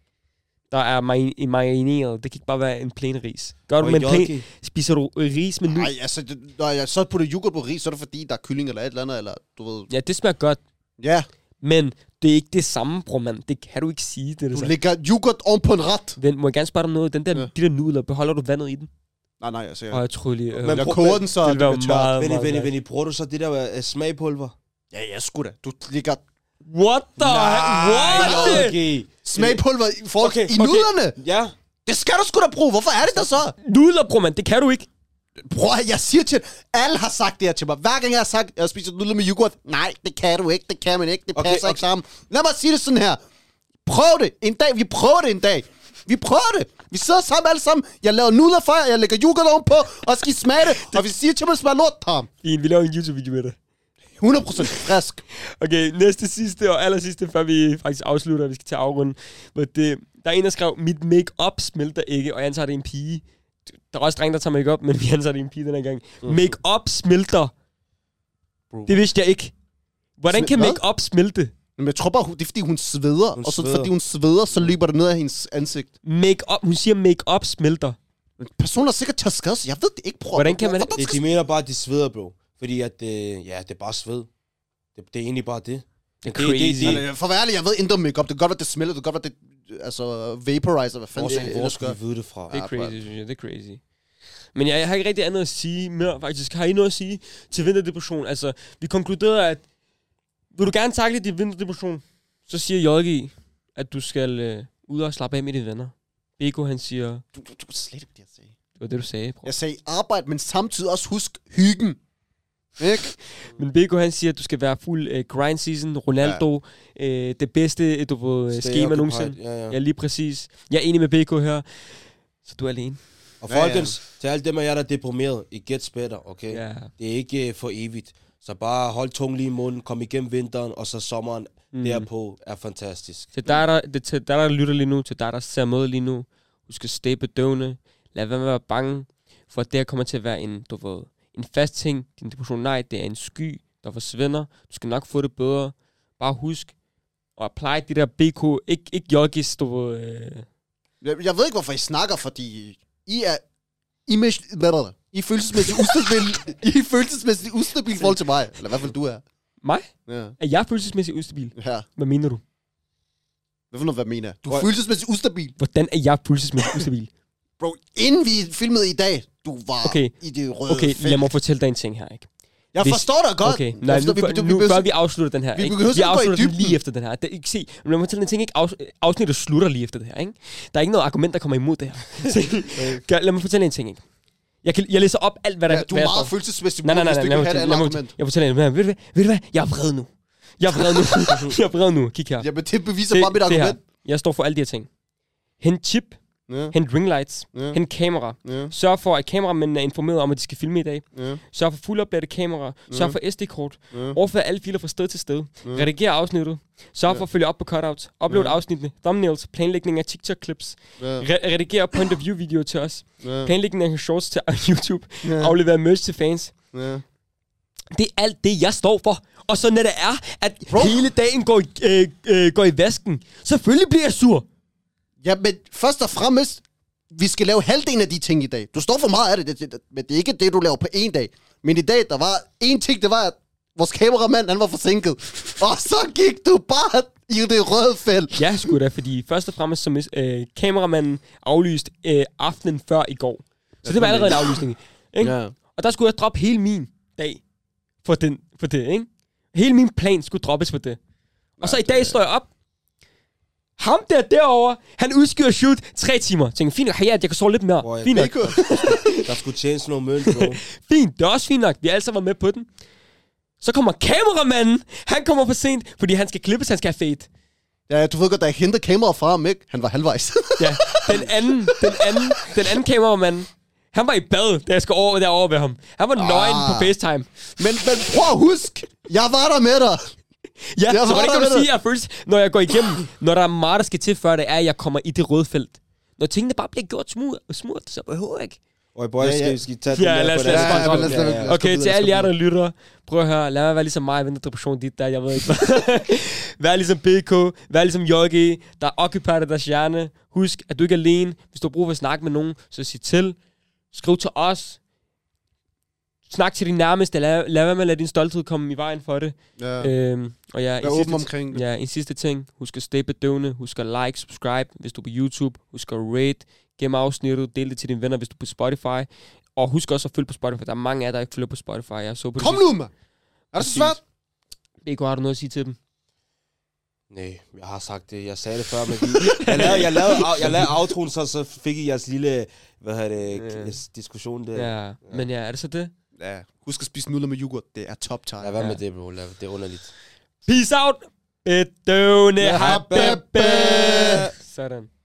[SPEAKER 3] Der er mari- en marineret. Det kan ikke bare være en plain ris. Gør du
[SPEAKER 4] Og
[SPEAKER 3] med en
[SPEAKER 4] gnocchi.
[SPEAKER 3] plain... Spiser du øh, ris med nu?
[SPEAKER 1] Nej, altså, det, når jeg så putter yoghurt på ris, så er det fordi, der er kylling eller et eller andet, eller du ved...
[SPEAKER 3] Ja, det smager godt.
[SPEAKER 1] Ja,
[SPEAKER 3] Men det er ikke det samme, bror, mand. Det kan du ikke sige, det er det
[SPEAKER 1] du
[SPEAKER 3] samme.
[SPEAKER 1] lægger yoghurt oven på en ret.
[SPEAKER 3] Den, må jeg gerne spørge dig om noget? Den der,
[SPEAKER 1] Ja.
[SPEAKER 3] ja. De der nudler, beholder du vandet i den?
[SPEAKER 1] Nej, nej, altså, jeg,
[SPEAKER 3] Og jeg tror lige... Øh,
[SPEAKER 4] Men
[SPEAKER 1] jeg
[SPEAKER 4] prøv-
[SPEAKER 1] koger den, så
[SPEAKER 3] det
[SPEAKER 1] det
[SPEAKER 3] vil være
[SPEAKER 1] bliver tørt.
[SPEAKER 3] meget,
[SPEAKER 4] Venni,
[SPEAKER 3] meget,
[SPEAKER 4] venni,
[SPEAKER 3] meget.
[SPEAKER 4] venni, bruger du så det der uh, smagpulver?
[SPEAKER 1] Ja, ja, sgu da. Du lægger
[SPEAKER 3] What the... what?
[SPEAKER 4] okay.
[SPEAKER 1] smagpulver i, for,
[SPEAKER 4] Okay,
[SPEAKER 1] okay, i
[SPEAKER 4] okay.
[SPEAKER 1] nudlerne.
[SPEAKER 4] Ja.
[SPEAKER 1] Det skal du sgu da bruge. Hvorfor er det der så?
[SPEAKER 3] Nudler, bror, mand. Det kan du ikke.
[SPEAKER 1] Bror, jeg siger til alle har sagt det her til mig. Hver gang jeg har sagt, at jeg spiser nudler med yoghurt. Nej, det kan du ikke. Det kan man ikke. Det
[SPEAKER 4] Okay,
[SPEAKER 1] passer okay, ikke
[SPEAKER 4] okay.
[SPEAKER 1] sammen. Lad mig sige det sådan her. Prøv det en dag. Vi prøver det en dag. Vi prøver det. Vi sidder sammen alle sammen. Jeg laver nudler for jer. Jeg lægger yoghurt ovenpå. Og skal I smage det. Og hvis I siger til mig, at det smager lort, Tom.
[SPEAKER 3] Fint, vi laver en YouTube-video med det.
[SPEAKER 1] 100% frisk.
[SPEAKER 3] Okay, næste sidste og aller sidste, før vi faktisk afslutter, og vi skal til afrunden. Hvor det, der er en, der skrev, mit make-up smelter ikke, og jeg antager, det er en pige. Der er også drenge, der tager make-up, men vi antager, det er en pige den her gang. Make-up smelter.
[SPEAKER 4] Bro.
[SPEAKER 3] Det vidste jeg ikke. Hvordan
[SPEAKER 1] Smel-
[SPEAKER 3] kan
[SPEAKER 1] hvad?
[SPEAKER 3] make-up smelte?
[SPEAKER 1] Men jeg tror bare, hun- det er fordi, hun sveder.
[SPEAKER 4] Hun
[SPEAKER 1] og så
[SPEAKER 4] sveder.
[SPEAKER 1] fordi hun sveder, så løber det ned af hendes ansigt.
[SPEAKER 3] Make-up, hun siger, make-up smelter.
[SPEAKER 1] Men personen har sikkert taget skade, så jeg ved det ikke, bror.
[SPEAKER 3] Hvordan kan man-
[SPEAKER 1] Hvordan
[SPEAKER 4] Det,
[SPEAKER 1] skal...
[SPEAKER 4] de mener bare, at de sveder, bro. Fordi at, øh, ja, det er bare sved. Det, det er egentlig bare det. Men Det,
[SPEAKER 3] crazy.
[SPEAKER 4] Det, det,
[SPEAKER 1] Eller, øh, For at være ærlig, jeg ved intet om makeup. Det kan godt være, det smelter. Det kan godt være, det altså, vaporizer. Hvad fanden
[SPEAKER 4] hvor,
[SPEAKER 1] det
[SPEAKER 4] skal- hvor
[SPEAKER 1] ellers gør.
[SPEAKER 4] skal vi vide det fra?
[SPEAKER 3] Det er
[SPEAKER 1] Ja,
[SPEAKER 3] crazy, synes jeg. Det er crazy. Men jeg, jeg har ikke rigtig andet at sige mere, faktisk. Har I noget at sige til vinterdepression? Altså, vi konkluderede, at vil du gerne takle din vinterdepression, så siger JG, at du skal øh, ud og slappe af med dine venner. Beko, han siger,
[SPEAKER 1] Du, du, du kan slet ikke det, jeg sagde.
[SPEAKER 3] det var det, du sagde, bror.
[SPEAKER 1] Jeg sagde arbejde, men samtidig også husk hyggen. Ikke?
[SPEAKER 3] Men Beko, han siger, at du skal være fuld øh, grind season, Ronaldo, øh, det bedste, øh, du ved, øh,
[SPEAKER 4] Stay
[SPEAKER 3] schema
[SPEAKER 4] occupied.
[SPEAKER 3] nogensinde.
[SPEAKER 4] Ja, ja.
[SPEAKER 3] Ja, lige præcis. Jeg er enig med Beko her. Så du er alene.
[SPEAKER 4] Og
[SPEAKER 1] Ja, ja.
[SPEAKER 4] folkens, til alle dem af jer, der er deprimeret, it gets better, okay?
[SPEAKER 3] Ja.
[SPEAKER 4] Det er ikke øh, for evigt. Så bare hold tungen lige i munden, kom igennem vinteren, og så sommeren
[SPEAKER 3] Mhm.
[SPEAKER 4] mm. derpå er fantastisk.
[SPEAKER 3] Til dig, der, det, til dig, der lytter lige nu, til dig, der ser med lige nu, husk at stay bedøvende. Lad være med at være bange, for det her kommer til at være en, du ved, en fast ting. Din depression, nej, det er en sky, der forsvinder. Du skal nok få det bedre. Bare husk at apply de der BK, ikke, ikke joggies, du ved, øh,
[SPEAKER 1] Jeg, jeg ved ikke, hvorfor I snakker, fordi I er... I, mes, hvad er det? I er følelsesmæssigt ustabil.
[SPEAKER 3] [LAUGHS]
[SPEAKER 1] I er følelsesmæssigt ustabil i forhold til mig. Eller i hvert fald du er.
[SPEAKER 3] mig.
[SPEAKER 1] Ja.
[SPEAKER 3] Er jeg følelsesmæssigt ustabil?
[SPEAKER 1] ja.
[SPEAKER 3] Hvad mener du?
[SPEAKER 1] Hvad for noget, hvad mener jeg? Du er
[SPEAKER 4] Prøv-
[SPEAKER 1] følelsesmæssigt ustabil.
[SPEAKER 3] Hvordan er jeg følelsesmæssigt ustabil?
[SPEAKER 1] Bro, inden vi filmede i dag, du var
[SPEAKER 3] Okay.
[SPEAKER 1] i det røde
[SPEAKER 3] Okay,
[SPEAKER 1] felt.
[SPEAKER 3] lad mig fortælle dig en ting her, ikke?
[SPEAKER 1] Jeg
[SPEAKER 3] Hvis-
[SPEAKER 1] forstår dig godt.
[SPEAKER 3] Okay,
[SPEAKER 1] Jeg
[SPEAKER 3] nej, nu,
[SPEAKER 1] forstår-
[SPEAKER 3] vi,
[SPEAKER 1] du-
[SPEAKER 3] nu
[SPEAKER 1] behøver-
[SPEAKER 3] før vi afslutter den her,
[SPEAKER 1] vi
[SPEAKER 3] ikke?
[SPEAKER 1] behøver
[SPEAKER 3] vi
[SPEAKER 1] ikke at gå i
[SPEAKER 3] afslutter den
[SPEAKER 1] dybden.
[SPEAKER 3] lige efter den her. Det, ikke, se, men lad mig fortælle en ting, ikke? Afs, afsnittet slutter lige efter det her, ikke? Der er ikke noget argument, der kommer imod det her. [LAUGHS] Så, gør, lad mig fortælle en ting, ikke? Jeg, kan, jeg læser op alt, hvad der
[SPEAKER 1] Ja, du er
[SPEAKER 3] hvad jeg
[SPEAKER 1] meget
[SPEAKER 3] står.
[SPEAKER 1] følelsesmæssig,
[SPEAKER 3] Nej, nej, nej,
[SPEAKER 1] hvis
[SPEAKER 3] nej,
[SPEAKER 1] du kan
[SPEAKER 3] lad
[SPEAKER 1] have
[SPEAKER 3] mig
[SPEAKER 1] et
[SPEAKER 3] fortælle,
[SPEAKER 1] andet
[SPEAKER 3] lad mig,
[SPEAKER 1] argument.
[SPEAKER 3] jeg fortæller en, ved, ved, du hvad, ved du hvad, jeg er vred nu. Jeg er
[SPEAKER 1] [LAUGHS]
[SPEAKER 3] vred nu. jeg er vred nu. Kig her.
[SPEAKER 1] Jamen, det beviser bare mit
[SPEAKER 3] her.
[SPEAKER 1] argument.
[SPEAKER 3] Jeg står for alle de her ting. Hent chip,
[SPEAKER 1] Ja,
[SPEAKER 3] hent ringlights,
[SPEAKER 1] Ja.
[SPEAKER 3] hent kamera.
[SPEAKER 1] ja,
[SPEAKER 3] Sørg for, at kameramændene er informeret om, at de skal filme i dag.
[SPEAKER 1] ja.
[SPEAKER 3] Sørg for fuldopdateret kamera.
[SPEAKER 1] Mm.
[SPEAKER 3] Sørg for SD-kort.
[SPEAKER 1] Ja.
[SPEAKER 3] Overfør alle filer fra sted til sted.
[SPEAKER 1] Mm.
[SPEAKER 3] Rediger afsnittet. Sørg for at følge op på cutouts. Upload afsnittene. Thumbnails. Planlægning af TikTok-clips.
[SPEAKER 1] Ja.
[SPEAKER 3] Re- rediger point of view-videoer til os.
[SPEAKER 1] Ja.
[SPEAKER 3] Planlægning af shorts til [LAUGHS] YouTube.
[SPEAKER 1] Ja.
[SPEAKER 3] Aflever merch til fans.
[SPEAKER 1] ja.
[SPEAKER 3] Det er alt det, jeg står for. Og så når det er, at Bro. hele dagen går i, øh, øh, går i vasken, selvfølgelig bliver jeg sur.
[SPEAKER 1] Ja, men først og fremmest, vi skal lave halvdelen af de ting i dag. Du står for meget af det, det, det, men det er ikke det, du laver på én dag. Men i dag, der var én ting, det var, at vores kameramand, han var forsinket. [LAUGHS] Og så gik du bare i det røde felt.
[SPEAKER 3] Ja, sgu da, fordi først og fremmest som øh, kameramanden aflyst øh, aftenen før i går. Så det var allerede en aflysning. Ikke?
[SPEAKER 1] Ja.
[SPEAKER 3] Og der skulle jeg droppe hele min dag for, den, for det, ikke? Hele min plan skulle droppes for det. Og så i dag står jeg op, Ham der derovre, han udskyder shoot tre timer. Tænker, fint nok, ja, jeg kan sove lidt mere.
[SPEAKER 4] Hvor jeg-
[SPEAKER 3] Fint nok.
[SPEAKER 1] Bacon.
[SPEAKER 4] Der skulle tjene sådan nogle mønt, bro.
[SPEAKER 3] Fint, det er også fint nok. Vi har altså været med på den. Så kommer kameramanden. Han kommer for sent, fordi han skal klippes, han skal have fade.
[SPEAKER 1] [LAUGHS] Ja, du ved godt, da jeg hentede kameraet fra ham, ikke? Han var halvvejs.
[SPEAKER 3] Ja, den anden, den anden, den anden kameramand. Han var i bad, da jeg skulle over derovre ved ham. Han var ah. nøgen på FaceTime.
[SPEAKER 1] men, men [LAUGHS] prøv at huske, jeg var der med dig.
[SPEAKER 3] Ja,
[SPEAKER 1] Jeg
[SPEAKER 3] så
[SPEAKER 1] var
[SPEAKER 3] hvordan
[SPEAKER 1] der
[SPEAKER 3] kan du
[SPEAKER 1] med
[SPEAKER 3] sige,
[SPEAKER 1] det.
[SPEAKER 3] at jeg først, når jeg går igennem, når der er meget, der skal til, før det er, at jeg kommer i det røde felt. Når tingene bare bliver gjort smurt, smurt så behøver jeg ikke.
[SPEAKER 4] Oj, boy,
[SPEAKER 1] Ja, ja.
[SPEAKER 4] skal, vi- skal I tage
[SPEAKER 3] Ja,
[SPEAKER 4] den der
[SPEAKER 3] lad
[SPEAKER 4] på
[SPEAKER 3] os-
[SPEAKER 4] den
[SPEAKER 3] lad os bare-
[SPEAKER 4] anden
[SPEAKER 3] lad os-
[SPEAKER 4] side?
[SPEAKER 1] lad os-
[SPEAKER 4] Ja, ja.
[SPEAKER 1] lad os-
[SPEAKER 3] Okay,
[SPEAKER 1] videre,
[SPEAKER 3] til alle
[SPEAKER 1] skal
[SPEAKER 3] jer, der
[SPEAKER 1] videre.
[SPEAKER 3] lytter, prøv at høre, lad mig være ligesom mig, venter depression dit der, jeg ved ikke hvad. [LAUGHS] vær ligesom BK, vær ligesom JG, der occuperer deres hjerne. Husk, at du ikke er alene. Hvis du har brug for at snakke med nogen, så sig til. Skriv til os. Snak til din nærmeste. Lad, lad være med at lade din stolthed komme i vejen for det.
[SPEAKER 1] Ja.
[SPEAKER 3] Øhm, og ja,
[SPEAKER 1] Vær
[SPEAKER 3] en sidste
[SPEAKER 1] åben omkring det.
[SPEAKER 3] Ja, en sidste ting. Husk at stay bedøvende. Husk at like, subscribe, hvis du er på YouTube. Husk at rate, gem afsnittet, del det til dine venner, hvis du er på Spotify. Og husk også at følge på Spotify. Der er mange af jer, der ikke følger på Spotify. Jeg så på det
[SPEAKER 1] Kom
[SPEAKER 3] sidste.
[SPEAKER 1] nu, mand. Er det så
[SPEAKER 3] Præcis.
[SPEAKER 1] svært?
[SPEAKER 3] BK, har du noget at sige til dem?
[SPEAKER 4] Nej, jeg har sagt det. Jeg sagde det før, men I, [LAUGHS] jeg lavede, jeg lavede, au- jeg lavede outroen, så, så fik I jeres lille, hvad hedder det,
[SPEAKER 3] Ja.
[SPEAKER 4] k- diskussion der.
[SPEAKER 3] Ja. ja. Men ja, er det så det?
[SPEAKER 1] Ja. Husk at spise nudler med yoghurt. Det er top time.
[SPEAKER 4] Lad være
[SPEAKER 3] Ja.
[SPEAKER 4] med det, bro. Lad, det er underligt.
[SPEAKER 3] Peace out! Bedøvende
[SPEAKER 4] Ja,
[SPEAKER 3] habbebe!
[SPEAKER 4] habbebe.
[SPEAKER 3] Sådan.